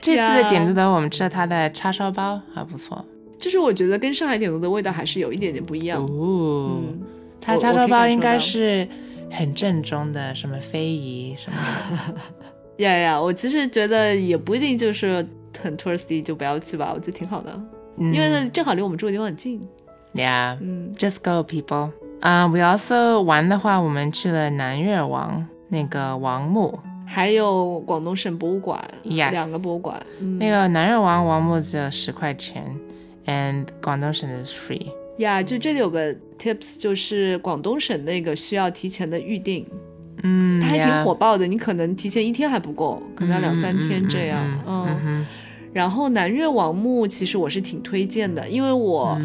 Speaker 2: 这次的点都德，我们吃了它的叉烧包，还不错。
Speaker 1: 就是我觉得跟上海点头的味道还是有一点点不一样。
Speaker 2: 哦，
Speaker 1: 嗯，
Speaker 2: 它
Speaker 1: 我
Speaker 2: 叉
Speaker 1: 我可
Speaker 2: 烧
Speaker 1: 以
Speaker 2: 包
Speaker 1: 感
Speaker 2: 应
Speaker 1: 受
Speaker 2: 该
Speaker 1: 到
Speaker 2: 是很正宗的，什么非遗什么的。
Speaker 1: 呀呀，我其实觉得也不一定就是很 touristy 就不要去吧，我觉得挺好的，
Speaker 2: 因
Speaker 1: 因为正好离我们住的地方很近。
Speaker 2: 呀，
Speaker 1: 嗯
Speaker 2: Just go, people. 啊、我 we also 玩的话，我们去了南越王那个王墓，
Speaker 1: 还有广东省博物馆
Speaker 2: Yes
Speaker 1: 两个博物馆，嗯，
Speaker 2: 那个南越王王墓只有十块钱，and 广东省的 is free。
Speaker 1: 呀，就这里有个 tips，就是广东省那个需要提前的预定，
Speaker 2: 嗯，
Speaker 1: 它还挺
Speaker 2: yeah
Speaker 1: 火爆的，你可能提前一天还不够，可能要两三天这样，
Speaker 2: 嗯嗯嗯嗯
Speaker 1: 然后南越王墓其实我是挺推荐的，因为我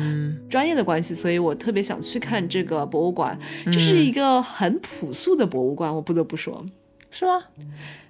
Speaker 1: 专业的关系，所以我特别想去看这个博物馆。这是一个很朴素的博物馆，我不得不说。
Speaker 2: 是吗？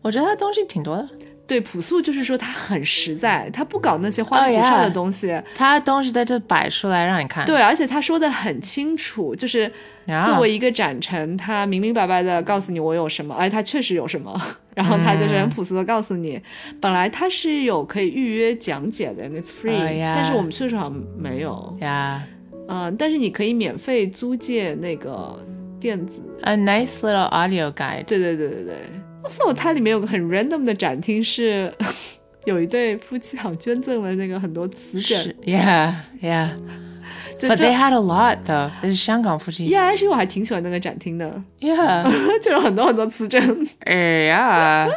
Speaker 2: 我觉得它东西挺多的，
Speaker 1: 对，朴素就是说它很实在，它不搞那些花里胡
Speaker 2: Oh, yeah.
Speaker 1: 哨的东西。
Speaker 2: 它东西在这摆出来让你看。
Speaker 1: 对，而且他说的很清楚，就是
Speaker 2: 啊，
Speaker 1: 作为一个展陈，他明明白白的告诉你我有什么，而且他确实有什么， [LAUGHS] 然后他就是
Speaker 2: 嗯
Speaker 1: 很朴素的告诉你。本来它是有可以预约讲解的，and，it's free，、
Speaker 2: Oh, yeah.
Speaker 1: 但是我们去的时候好像没有。
Speaker 2: 呀、
Speaker 1: 嗯，但是你可以免费租借那个电子，
Speaker 2: a nice little audio guide。
Speaker 1: 对对对对哦对。also，它里面有个很 random 的展厅是， [LAUGHS] 有一对夫妻好像捐赠了那个很多瓷
Speaker 2: 是
Speaker 1: 枕，
Speaker 2: ，yeah [LAUGHS] yeah。
Speaker 1: 就
Speaker 2: But
Speaker 1: 就
Speaker 2: they had a lot though。这是香港附近。
Speaker 1: 呀，其实我还挺喜欢那个展厅的， [LAUGHS]
Speaker 2: yeah。 [LAUGHS]
Speaker 1: 就有很多很多瓷枕。
Speaker 2: 哎呀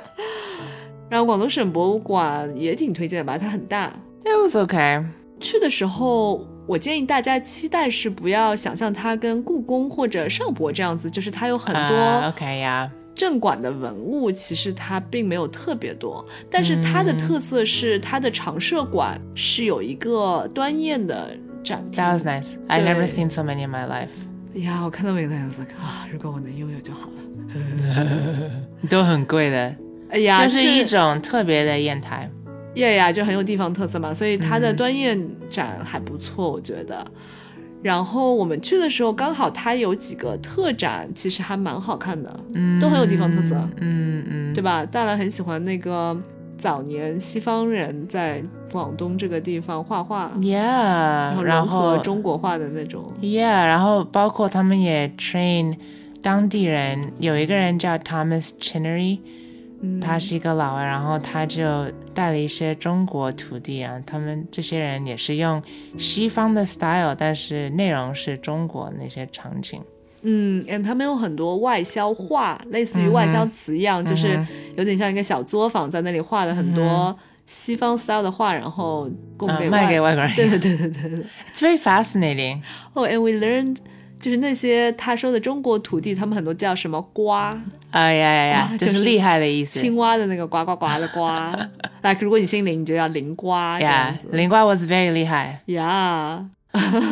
Speaker 1: 然后广东省博物馆也挺推荐的吧，它很大。
Speaker 2: ，It was okay。
Speaker 1: 去的时候，我建议大家期待是不要想象它跟故宫或者上博这样子，就是它有很多、
Speaker 2: 啊 OK 呀、
Speaker 1: 镇馆的文物其实它并没有特别多，但是它的特色是它的常设馆是有一个端砚的展厅。
Speaker 2: That was nice. I
Speaker 1: 对
Speaker 2: never seen so many in my life.
Speaker 1: 哎呀，我看到没有那样子啊！如果我能拥有就好了。
Speaker 2: 都很贵的，
Speaker 1: 哎呀，
Speaker 2: 就是
Speaker 1: 这
Speaker 2: 一种特别的砚台。
Speaker 1: 呀呀，就很有地方特色嘛，所以它
Speaker 2: 嗯
Speaker 1: 的端砚展还不错，我觉得。然后我们去的时候，刚好它有几个特展，其实还蛮好看的，
Speaker 2: 嗯，
Speaker 1: 都很有地方特色
Speaker 2: 嗯嗯，
Speaker 1: 对吧？大兰很喜欢那个早年西方人在广东这个地方画画，
Speaker 2: ？Yeah，然
Speaker 1: 融合
Speaker 2: 后
Speaker 1: 中国化的那种。
Speaker 2: Yeah，然后包括他们也 train 当地人，有一个人叫 Thomas Chinnery，、
Speaker 1: 嗯
Speaker 2: 他是一个老外，然后他就带了一些中国徒弟，然后他们这些人也是用西方的 style，但是内容是中国那些场景。
Speaker 1: 嗯，and 他们有很多外销画，类似
Speaker 2: 嗯
Speaker 1: 于外销词一样，就是有点像一个小作坊，在那里画了
Speaker 2: 嗯
Speaker 1: 很多西方 style 的画，然后供
Speaker 2: 呃
Speaker 1: 给
Speaker 2: 卖给外 [LAUGHS] 国人。
Speaker 1: 对对对 [LAUGHS] 对对对。
Speaker 2: It's very fascinating.
Speaker 1: [LAUGHS] 哦、a n d we learned，就是那些他说的中国土地，他们很多叫什么瓜，
Speaker 2: 哎呀呀呀，
Speaker 1: 啊
Speaker 2: 就
Speaker 1: 就是
Speaker 2: 是厉害的意思。
Speaker 1: 青蛙的那个呱呱呱的
Speaker 2: [LAUGHS]
Speaker 1: 呱。like 如果你姓林，你就叫林瓜这样
Speaker 2: Yeah，
Speaker 1: 子。
Speaker 2: 林瓜 was very 厉
Speaker 1: [LAUGHS]
Speaker 2: 害。
Speaker 1: Yeah，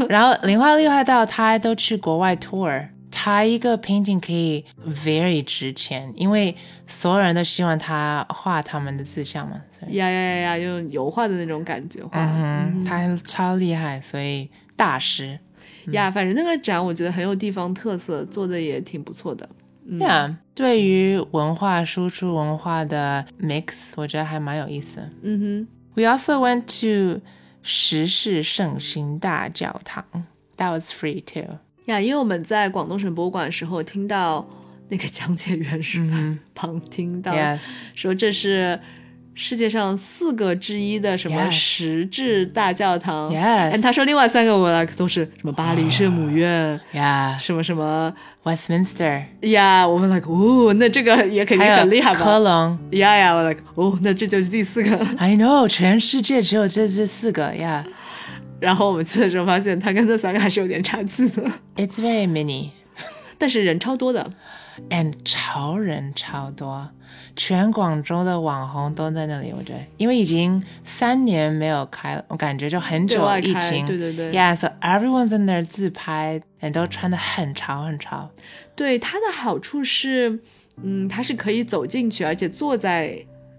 Speaker 2: 然后林花厉害到他还都去国外 tour，他一个 painting 可以 very 值钱，因为所有人都希望他画他们的自像嘛。所以
Speaker 1: 呀呀呀呀，用油画的那种感觉画。
Speaker 2: 嗯哼，他超厉害，所以大师。
Speaker 1: 呀反正那个展我觉得很有地方特色，做的也挺不错的。嗯
Speaker 2: Yeah，对于文化输出文化的 mix，我觉得还蛮有意思。
Speaker 1: 嗯
Speaker 2: We also went to 十世圣心大教堂，That was free too。
Speaker 1: 哼，呀因为我们在广东省博物馆的时候听到那个讲解员是
Speaker 2: 嗯
Speaker 1: 旁听到
Speaker 2: ，Yes，
Speaker 1: 说这是世界上四个之一的什么
Speaker 2: Yes
Speaker 1: 十字大教堂。哎 [LAUGHS]
Speaker 2: Yes，
Speaker 1: 他说另外三个我 like 都是什么巴黎圣母院，
Speaker 2: 啊 Yeah，Westminster，
Speaker 1: 什么什么呀，我们 like 哦，那这个也肯定
Speaker 2: 还有
Speaker 1: 很厉害
Speaker 2: 科
Speaker 1: 吧？
Speaker 2: 隆
Speaker 1: 呀呀，我 like 哦，那这就是第四个。
Speaker 2: ，I know，全世界只有这这四个，Yeah，It's
Speaker 1: 然后我们去的时候发现，它跟那三个还是有点差距的，
Speaker 2: very mini。
Speaker 1: 但是人超多的。
Speaker 2: and 潮人超多，全广州的网红都在那里。我觉得，因为已经三年没有开了，我感觉就很久
Speaker 1: 对外
Speaker 2: 疫
Speaker 1: 开
Speaker 2: 情。
Speaker 1: 对对对
Speaker 2: Yeah，so everyone's in there 自拍，and 都穿的很潮很潮。
Speaker 1: 对它的好处是，嗯，它是可以走进去，而且坐在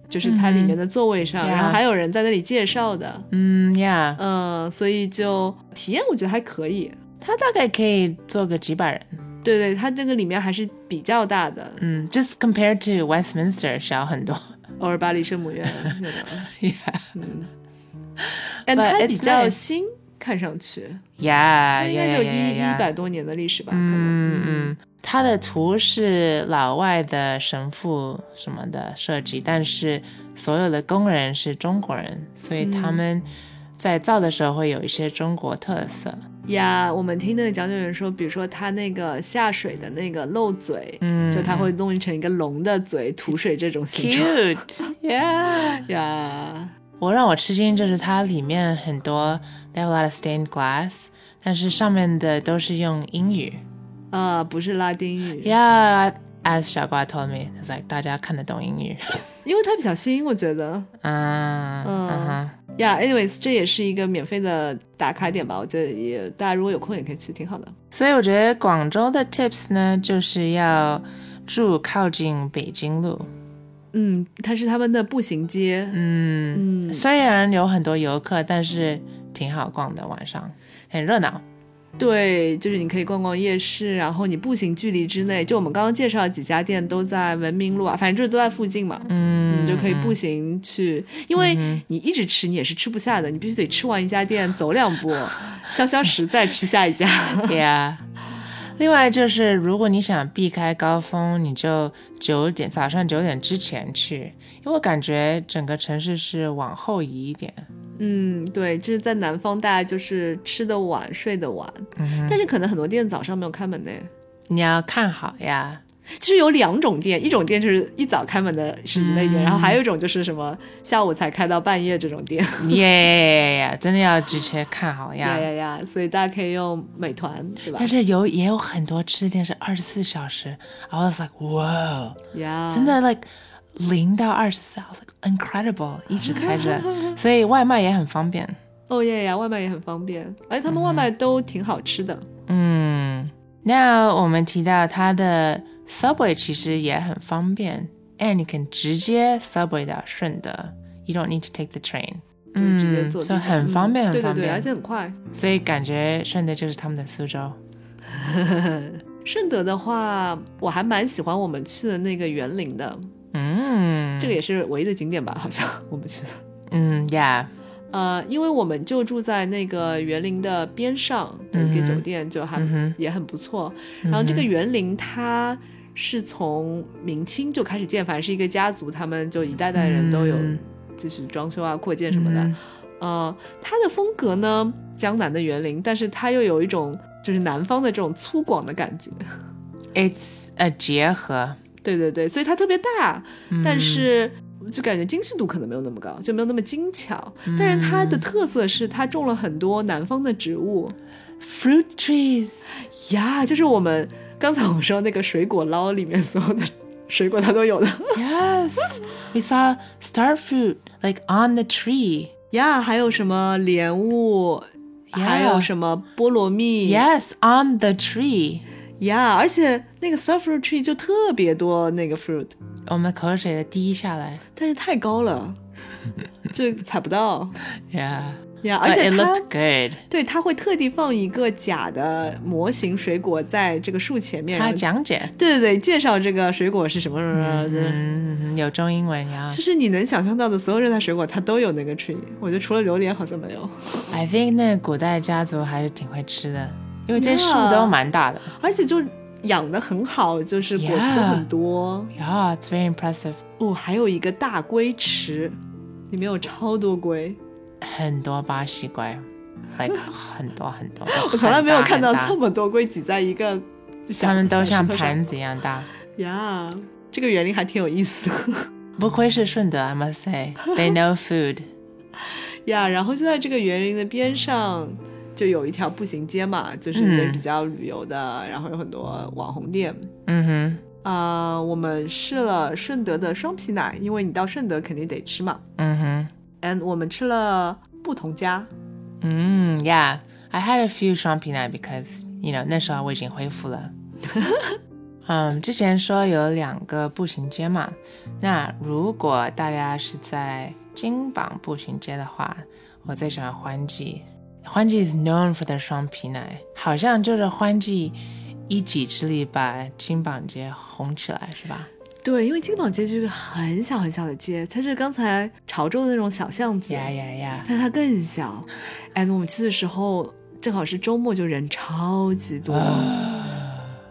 Speaker 1: 就是它
Speaker 2: 嗯
Speaker 1: 里面的座位上，
Speaker 2: 呀
Speaker 1: 然后还有人在那里介绍的，
Speaker 2: 嗯，Yeah，
Speaker 1: 嗯，所以就体验我觉得还可以。
Speaker 2: 他大概可以坐个几百人。
Speaker 1: 对对，它这个里面还是比较大的，
Speaker 2: 嗯，just compared to Westminster 小很多。
Speaker 1: 偶尔巴黎圣母院有
Speaker 2: [LAUGHS]
Speaker 1: 的，
Speaker 2: Yeah，Yeah，
Speaker 1: 嗯，但
Speaker 2: But
Speaker 1: 它
Speaker 2: it's
Speaker 1: 比较
Speaker 2: nice
Speaker 1: 新，看上去它
Speaker 2: yeah,
Speaker 1: 应该就
Speaker 2: yeah,
Speaker 1: 一
Speaker 2: yeah,
Speaker 1: 一
Speaker 2: yeah.
Speaker 1: 百多年的历史吧，可
Speaker 2: 嗯
Speaker 1: 能。
Speaker 2: 嗯，他的图是老外的神父什么的设计，但是所有的工人是中国人，所以他们在造的时候会有一些中国特色。
Speaker 1: 呀我们听那个讲解员说，比如说它那个下水的那个漏嘴，
Speaker 2: 嗯，
Speaker 1: 就它会弄成一个龙的嘴吐水这种形状。
Speaker 2: cute，yeah。
Speaker 1: 呀，
Speaker 2: 我让我吃惊就是它里面很多 they have a lot of stained glass，但是上面的都是用英语。
Speaker 1: 啊，不是拉丁语
Speaker 2: Yeah，as 小瓜 told me，it's like 大家看得懂英语。
Speaker 1: 因为它比较新，我觉得。
Speaker 2: 嗯嗯哼。
Speaker 1: 呀、a n y w a y s 这也是一个免费的打卡点吧，我觉得也大家如果有空也可以去，挺好的。
Speaker 2: 所以我觉得广州的 tips 呢，就是要住靠近北京路。
Speaker 1: 嗯，它是他们的步行街，
Speaker 2: 嗯，
Speaker 1: 嗯，
Speaker 2: 虽然有很多游客，但是挺好逛的，晚上很热闹。
Speaker 1: 对，就是你可以逛逛夜市，然后你步行距离之内，就我们刚刚介绍的几家店都在文明路啊，反正就是都在附近嘛，
Speaker 2: 嗯，
Speaker 1: 你就可以步行去，因为
Speaker 2: 嗯
Speaker 1: 你一直吃你也是吃不下的，你必须得吃完一家店走两步，消消食再吃下一家。 [LAUGHS]
Speaker 2: Yeah。另外就是，如果你想避开高峰，你就九点早上九点之前去，因为我感觉整个城市是往后移一点。
Speaker 1: 嗯，对，就是在南方，大家就是吃的晚，睡的晚，但是可能很多店早上没有开门的。
Speaker 2: 你要看好呀，
Speaker 1: 就是有两种店，一种店就是一早开门的是一类
Speaker 2: 嗯
Speaker 1: 店，然后还有一种就是什么下午才开到半夜这种店。
Speaker 2: 耶呀，真的要直接看好
Speaker 1: [LAUGHS]
Speaker 2: 呀。
Speaker 1: 呀呀呀！所以大家可以用美团，对吧
Speaker 2: 但？是有也有很多吃店是二十四小时。I was like, wow，、
Speaker 1: 呀，
Speaker 2: 真的 like 零到二十四，I was like
Speaker 1: [LAUGHS]
Speaker 2: incredible，一直开着，所以外卖也很方便。
Speaker 1: 哦耶呀，外卖也很方便，而且他们外卖都挺好吃的。
Speaker 2: 嗯，那我们提到它的 subway 其实也很方便，and you can 直接 subway 到顺德，you don't need to take the train。
Speaker 1: 就是直接坐地铁、
Speaker 2: 所以嗯很方便，
Speaker 1: 嗯对对
Speaker 2: 很方
Speaker 1: 对，而
Speaker 2: 便。
Speaker 1: 且很快。
Speaker 2: 所以感觉顺德就是他们的苏州。
Speaker 1: 顺德的话，我还蛮喜欢我们去的那个园林的，
Speaker 2: 嗯，
Speaker 1: 这个也是唯一的景点吧，好像我们去的。
Speaker 2: 嗯，yeah，
Speaker 1: 呃，因为我们就住在那个园林的边上的一个酒店，就还、
Speaker 2: 嗯哼
Speaker 1: 也很不错。
Speaker 2: 嗯
Speaker 1: 然后这个园林它是从明清就开始建，反正是一个家族，他们就一代代人都有
Speaker 2: 嗯
Speaker 1: 继续装修啊、扩建什么的。呃，它的风格呢，江南的园林，但是它又有一种就是南方的这种粗犷的感觉。
Speaker 2: It's a 结合，
Speaker 1: 对对对，所以它特别大，
Speaker 2: 嗯
Speaker 1: 但是就感觉精细度可能没有那么高，就没有那么精巧。但是它
Speaker 2: 嗯
Speaker 1: 的特色是它种了很多南方的植物
Speaker 2: fruit trees
Speaker 1: 呀，就是我们刚才我们说那个水果捞里面所有的水果它都有的
Speaker 2: yes we saw star fruit like on the tree
Speaker 1: [LAUGHS] 呀，还有什么莲雾。
Speaker 2: 呀
Speaker 1: 还有什么菠萝蜜
Speaker 2: yes on the tree
Speaker 1: 呀而且那个 star fruit tree 就特别多那个 fruit，
Speaker 2: 我们口水的滴下来
Speaker 1: 但是太高了，就采不到
Speaker 2: yeah
Speaker 1: [LAUGHS] 呀。而
Speaker 2: but
Speaker 1: 且
Speaker 2: it
Speaker 1: 它
Speaker 2: looked good
Speaker 1: 对它会特地放一个假的模型水果在这个树前面，然
Speaker 2: 它
Speaker 1: 后
Speaker 2: 讲解
Speaker 1: 对对对，介绍这个水果是什么什么什么。就是
Speaker 2: 嗯 Mm-hmm. 有中英文呀
Speaker 1: 就是你能想象到的所有热带水果，它都有那个 tree。我觉得除了榴莲好像没有，
Speaker 2: I think 那古代家族还是挺会吃的因为这
Speaker 1: Yeah
Speaker 2: 树都蛮大的
Speaker 1: 而且就养的很好，就是果子都
Speaker 2: Yeah
Speaker 1: 很多。
Speaker 2: yeah it's very impressive
Speaker 1: 哦，还有一个大龟池，里面有超多龟，
Speaker 2: 很多巴西龟，like 很多很多，
Speaker 1: 我从来没有看到这
Speaker 2: 他们，
Speaker 1: 么多龟挤在一个小。
Speaker 2: 它们都像
Speaker 1: 小石头上
Speaker 2: 盘子一样大。
Speaker 1: 呀这个园林还挺有意思的
Speaker 2: 不愧是顺德，I must say they know food。
Speaker 1: 呀。然后就在这个园林的边上，就有一条步行街嘛，就是
Speaker 2: 嗯
Speaker 1: 人比较旅游的，然后有很多网红店。
Speaker 2: 嗯
Speaker 1: 啊、我们试了顺德的双皮奶，因为你到顺德肯定得吃嘛。
Speaker 2: 哼，嗯哼，
Speaker 1: And 我们吃了不同家，
Speaker 2: 嗯，Yeah，I Mm, had a few 双皮奶 because you know 那时候我已经恢复了。嗯，之前说有两个步行街嘛，那如果大家是在金榜步行街的话，我最喜欢欢记。欢记 is known for their 双皮奶，好像就是欢记一己之力把金榜街红起来，是吧？
Speaker 1: 对，因为金榜街就是个很小很小的街，它是刚才潮州的那种小巷子
Speaker 2: 呀呀呀！
Speaker 1: 但是它更小。And 我们去的时候正好是周末，就人超级多。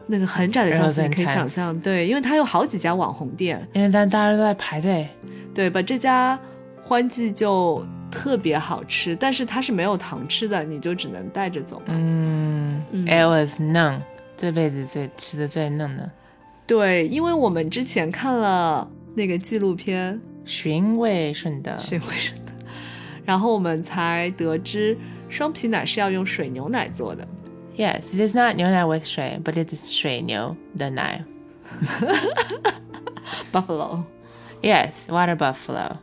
Speaker 1: 那个很窄的巷子，
Speaker 2: Rosenthal
Speaker 1: 你可以想象，对，因为它有好几家网红店，
Speaker 2: 因为大大家都在排队，
Speaker 1: 对吧？这家欢记就特别好吃，但是它是没有糖吃的，你就只能带着走嘛。
Speaker 2: 嗯，it was 嫩，这辈子最吃的最嫩的。
Speaker 1: 对，因为我们之前看了那个纪录片
Speaker 2: 寻味顺德
Speaker 1: 《学会什么》，然后我们才得知双皮奶是要用水牛奶做的。
Speaker 2: ，Yes, it is not 牛奶 with 水，but it is 水牛的奶。
Speaker 1: Buffalo，
Speaker 2: Yes, water buffalo.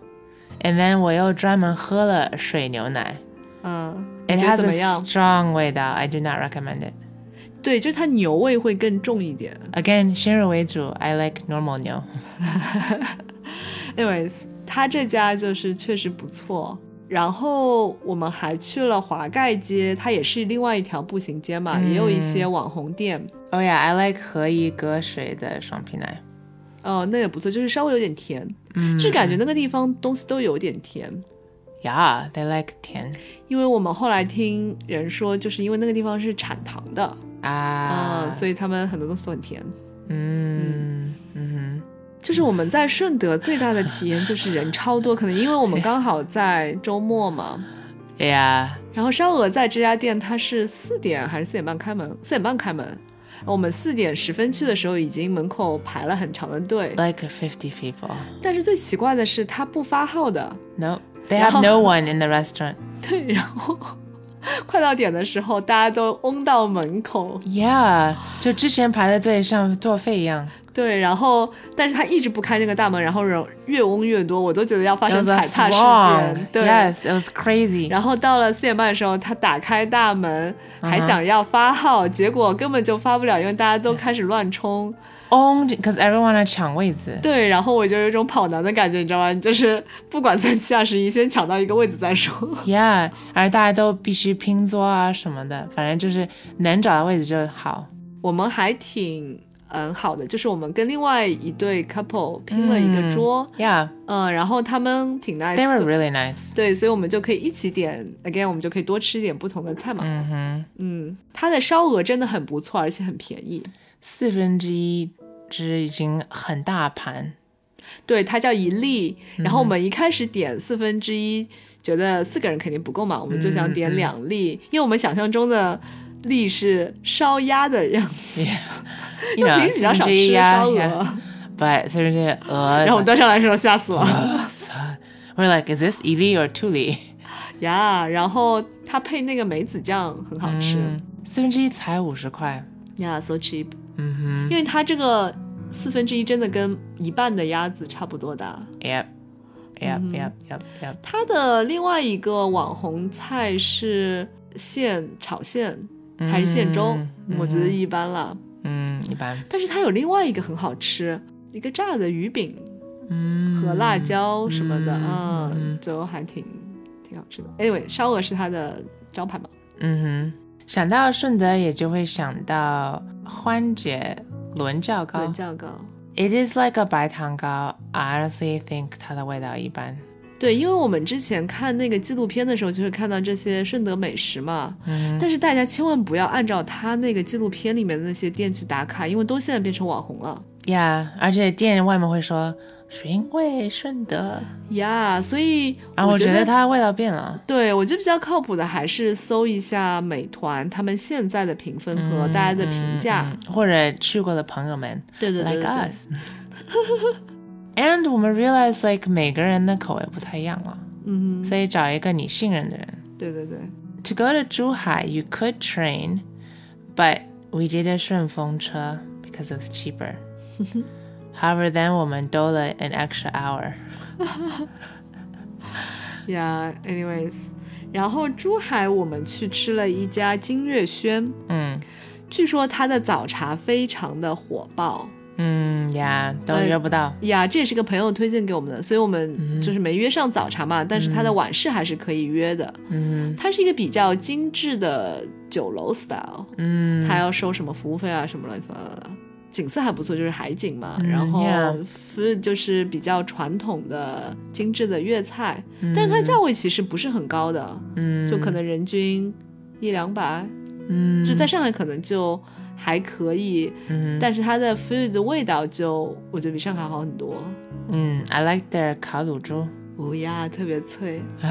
Speaker 2: And then 我又专门喝了水牛奶。
Speaker 1: 嗯，你
Speaker 2: It
Speaker 1: 觉得
Speaker 2: has
Speaker 1: 怎
Speaker 2: a
Speaker 1: 么样？
Speaker 2: strong 味道。I do not recommend it.
Speaker 1: 对，就是它牛味会更重一点。
Speaker 2: Again，先入为主。I like normal 牛。
Speaker 1: anyways，他这家就是确实不错。然后我们还去了华盖街，它也是另外一条步行街嘛，也有一
Speaker 2: 嗯
Speaker 1: 些网红店。
Speaker 2: Oh yeah, I like 和颐隔水的双皮奶。
Speaker 1: 哦，那也不错，就是稍微有点甜，
Speaker 2: 嗯
Speaker 1: 就感觉那个地方东西都有点甜。
Speaker 2: Yeah, they like 甜
Speaker 1: 因为我们后来听人说，就是因为那个地方是产糖的，
Speaker 2: 啊
Speaker 1: 嗯，。所以他们很多东西都很甜。
Speaker 2: 嗯嗯
Speaker 1: 就是我们在顺德最大的体验就是人超多，可能因为我们刚好在周末嘛，
Speaker 2: 哼，Yeah，
Speaker 1: 然后烧鹅在这家店，它是四点还是四点半开门？四点半开门。我们四点十分去的时候，已经门口排了很长的队。
Speaker 2: like fifty people.
Speaker 1: 但是最奇怪的是，它不发号的。 [LAUGHS]
Speaker 2: No, they
Speaker 1: 然
Speaker 2: have
Speaker 1: 后
Speaker 2: no one in the restaurant.
Speaker 1: 对，然后快到点的时候，大家都拥到门口。
Speaker 2: Yeah，就之前排的队像作废一样。
Speaker 1: 对，然后但是他一直不开那个大门，然后人越拥越多，我都觉得要发
Speaker 2: It
Speaker 1: 生
Speaker 2: was
Speaker 1: 踩
Speaker 2: a
Speaker 1: 踏事
Speaker 2: throng.
Speaker 1: 件。对。
Speaker 2: Yes, it was crazy.
Speaker 1: 然后到了四点半的时候，他打开大门，
Speaker 2: 嗯
Speaker 1: 还想要发号结果根本就发不了，因为大家都开始乱冲。
Speaker 2: owned because everyone 来抢位子。
Speaker 1: 对，然后我就有一种跑男的感觉，你知道吗？就是不管三七二十一，先抢到一个位置再说。 [LAUGHS]
Speaker 2: Yeah，而大家都必须拼桌啊什么的，反正就是能找到位置就好。
Speaker 1: 我们还挺嗯好的，就是我们跟另外一对 couple 拼了一个桌，
Speaker 2: Yeah，they
Speaker 1: 嗯然后他们挺 nice，
Speaker 2: 嗯 were
Speaker 1: 的
Speaker 2: really nice。
Speaker 1: 对，所以我们就可以一起点，again，我们就可以多吃一点不同的菜嘛。
Speaker 2: 嗯哼，
Speaker 1: 嗯，它的烧鹅真的很不错，而且很便宜。
Speaker 2: 四分之一只已经很大盘。
Speaker 1: [LAUGHS]
Speaker 2: 嗯
Speaker 1: 对，它叫一粒。然后我们一开始点四分之一，觉得四个人肯定不够嘛，我们就想
Speaker 2: 嗯
Speaker 1: 点
Speaker 2: 嗯
Speaker 1: 两粒，因为我们想象中的粒是烧鸭的样子，平
Speaker 2: you know，
Speaker 1: 时比较少吃烧
Speaker 2: [LAUGHS]
Speaker 1: 鹅， [LAUGHS] 然
Speaker 2: ，but 虽然这
Speaker 1: [LAUGHS]
Speaker 2: 鹅，
Speaker 1: 后我们端上来的时候吓死
Speaker 2: 嗯
Speaker 1: [LAUGHS] 了
Speaker 2: we're like is this 一粒 or two 粒？
Speaker 1: 呀。然后它配那个梅子酱很好吃
Speaker 2: 嗯，四分之一才五十块，
Speaker 1: 呀、s o cheap，
Speaker 2: 嗯
Speaker 1: 因为它这个四分之一真的跟一半的鸭子差不多大。
Speaker 2: 哼，yep yep yep yep yep，
Speaker 1: 它的另外一个网红菜是现炒现还是现粥，
Speaker 2: 嗯
Speaker 1: 我觉得一般啦。
Speaker 2: 嗯，一般，
Speaker 1: 但是它有另外一个很好吃，一个炸的鱼饼
Speaker 2: 嗯，
Speaker 1: 和辣椒什么的，啊，
Speaker 2: 嗯
Speaker 1: 就还挺挺好吃的。Anyway，烧鹅是它的招牌嘛，
Speaker 2: 嗯哼，Mm-hmm. 想到顺德也就会想到欢姐伦教糕
Speaker 1: 伦教糕。
Speaker 2: ，It is like a 白糖糕，I honestly think 它的味道一般，
Speaker 1: 对，因为我们之前看那个纪录片的时候，就会看到这些顺德美食嘛。
Speaker 2: 嗯哼，
Speaker 1: 但是大家千万不要按照他那个纪录片里面的那些店去打卡，因为都现在变成网红了。
Speaker 2: 呀，而且店外面会说寻味顺德，
Speaker 1: 呀所以
Speaker 2: 然后啊我
Speaker 1: 觉
Speaker 2: 觉得它味道变了，
Speaker 1: 对我觉得比较靠谱的还是搜一下美团他们现在的评分和大家的评价。
Speaker 2: 嗯或者去过的朋友们。
Speaker 1: 对对对
Speaker 2: like
Speaker 1: 对
Speaker 2: us. [LAUGHS] And 我们 realize like 每个人的口味不太一样了，
Speaker 1: 嗯哼，
Speaker 2: 所以找一个你信任的人。
Speaker 1: 对对对
Speaker 2: To go to 珠海，you could train, but we did a 顺风车 because it was
Speaker 1: [LAUGHS]
Speaker 2: cheaper. However, then 我们多了 an extra hour.
Speaker 1: 呀、a n y w a y s 然后珠海我们去吃了一家金月轩，
Speaker 2: 嗯
Speaker 1: 据说它的早茶非常的火爆。
Speaker 2: 嗯呀，都
Speaker 1: 哎
Speaker 2: 约不到。
Speaker 1: 呀，这也是个朋友推荐给我们的，所以我
Speaker 2: 嗯
Speaker 1: 们就是没约上早茶嘛，但是它的晚市还是可以约的。
Speaker 2: 嗯
Speaker 1: 它是一个比较精致的酒楼 style，
Speaker 2: 嗯
Speaker 1: 他要收什么服务费啊，什么乱七八糟的。景色还不错，就是海景嘛，
Speaker 2: 嗯
Speaker 1: 然后
Speaker 2: yeah
Speaker 1: food 就是比较传统的精致的粤菜，但是它价位其实不是很高的，
Speaker 2: 嗯，
Speaker 1: 就可能人均一两百，
Speaker 2: 嗯
Speaker 1: 就在上海可能就还可以，
Speaker 2: 嗯
Speaker 1: 但是它的 food 的味道就我觉得比上海好很多，
Speaker 2: 嗯，I like their 烤乳猪
Speaker 1: 哦呀，特别脆，
Speaker 2: 啊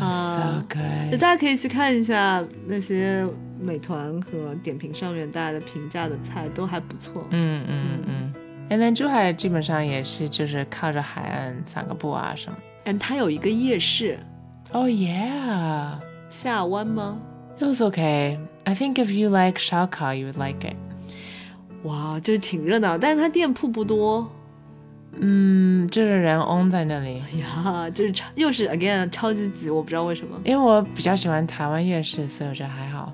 Speaker 1: 啊
Speaker 2: ，so good
Speaker 1: 就。大家可以去看一下那些美团和点评上面大家的评价的菜都还不错，
Speaker 2: 嗯嗯嗯。And then 珠海基本上也是就是靠着海岸散个步啊什么。
Speaker 1: 嗯，它有一个夜市，
Speaker 2: Oh yeah,
Speaker 1: 下湾吗？
Speaker 2: it was okay. I think if you like 烧烤 you would like it.
Speaker 1: 哇，就是挺热闹，但是它店铺不多
Speaker 2: 嗯，就是人翁在那里。
Speaker 1: 哎呀，就是超又是 again 超级挤，我不知道为什么。
Speaker 2: 因为我比较喜欢台湾夜市，所以我觉得还好。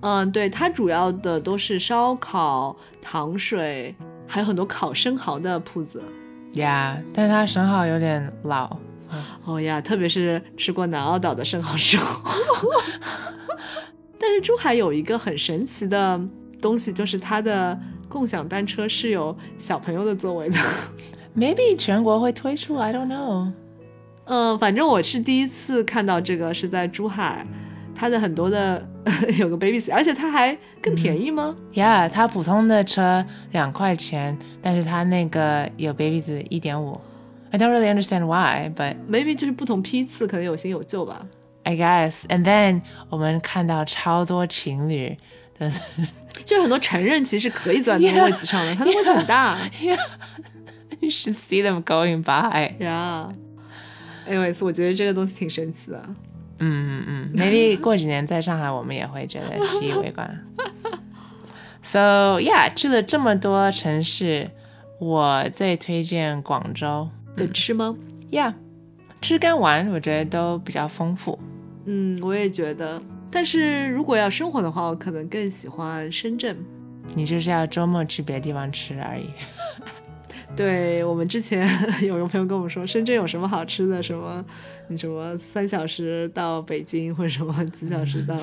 Speaker 1: 嗯，对，它主要的都是烧烤、糖水，还有很多烤生蚝的铺子。
Speaker 2: Yeah，但是它生蚝有点老。
Speaker 1: 哦呀，特别是吃过南澳岛的生蚝之后， [LAUGHS] 但是珠海有一个很神奇的东西，就是它的共享单车是有小朋友的座位的。
Speaker 2: Maybe 全国会推出，I don't know。
Speaker 1: 嗯，反正我是第一次看到这个是在珠海，它的很多的 [LAUGHS] 有个 baby seat，而且它还更便宜吗？
Speaker 2: Yeah，它普通的车两块钱，但是它那个有 baby 子一点五。I don't really understand why，but
Speaker 1: maybe 就是不同批次可能有新有旧吧。
Speaker 2: I guess. And then 我们看到超多情侣， [LAUGHS] 但是
Speaker 1: 就是很多成人其实可以坐在那个
Speaker 2: Yeah，
Speaker 1: 位置上的，它的位置很大
Speaker 2: [LAUGHS] you should see them going by.
Speaker 1: 呀。anyways，我觉得这个东西挺神奇的。
Speaker 2: 嗯嗯嗯，maybe Mm-hmm. 过几年在上海我们也会觉得习以为惯。So yeah，去了这么多城市，我最推荐广州。
Speaker 1: 得吃吗？
Speaker 2: Yeah，吃跟玩我觉得都比较丰富。 [LAUGHS]
Speaker 1: 嗯，我也觉得。但是如果要生活的话，我可能更喜欢深圳。
Speaker 2: 你就是要周末去别的地方吃而已。
Speaker 1: 对我们之前 [LAUGHS] 有个朋友跟我们说，深圳有什么好吃的？什么你什么三小时到北京，或者什么几小
Speaker 2: [LAUGHS]
Speaker 1: 时到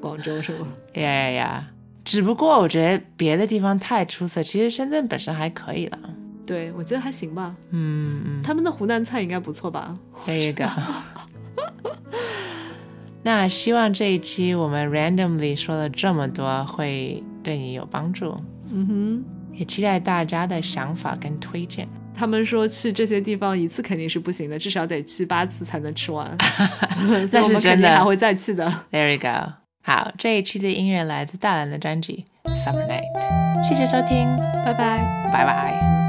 Speaker 1: 广州什么？
Speaker 2: 呀呀呀！只不过我觉得别的地方太出色，其实深圳本身还可以了。
Speaker 1: 对我觉得还行吧，
Speaker 2: 嗯嗯。
Speaker 1: 他们的湖南菜应该不错吧？
Speaker 2: There you go [LAUGHS] 那希望这一期我们 randomly 说了这么多，会对你有帮助，
Speaker 1: 嗯
Speaker 2: 也期待大家的想法跟推荐。
Speaker 1: 哼，他们说去这些地方一次肯定是不行的，至少得去八次才能吃
Speaker 2: [LAUGHS]
Speaker 1: 完。所以我们肯
Speaker 2: 真
Speaker 1: 定
Speaker 2: 的
Speaker 1: 还会再去的。
Speaker 2: There you go。好，这一期的音乐来自大蓝的专辑《Summer Night》，谢谢收听，
Speaker 1: 拜拜。
Speaker 2: 拜拜。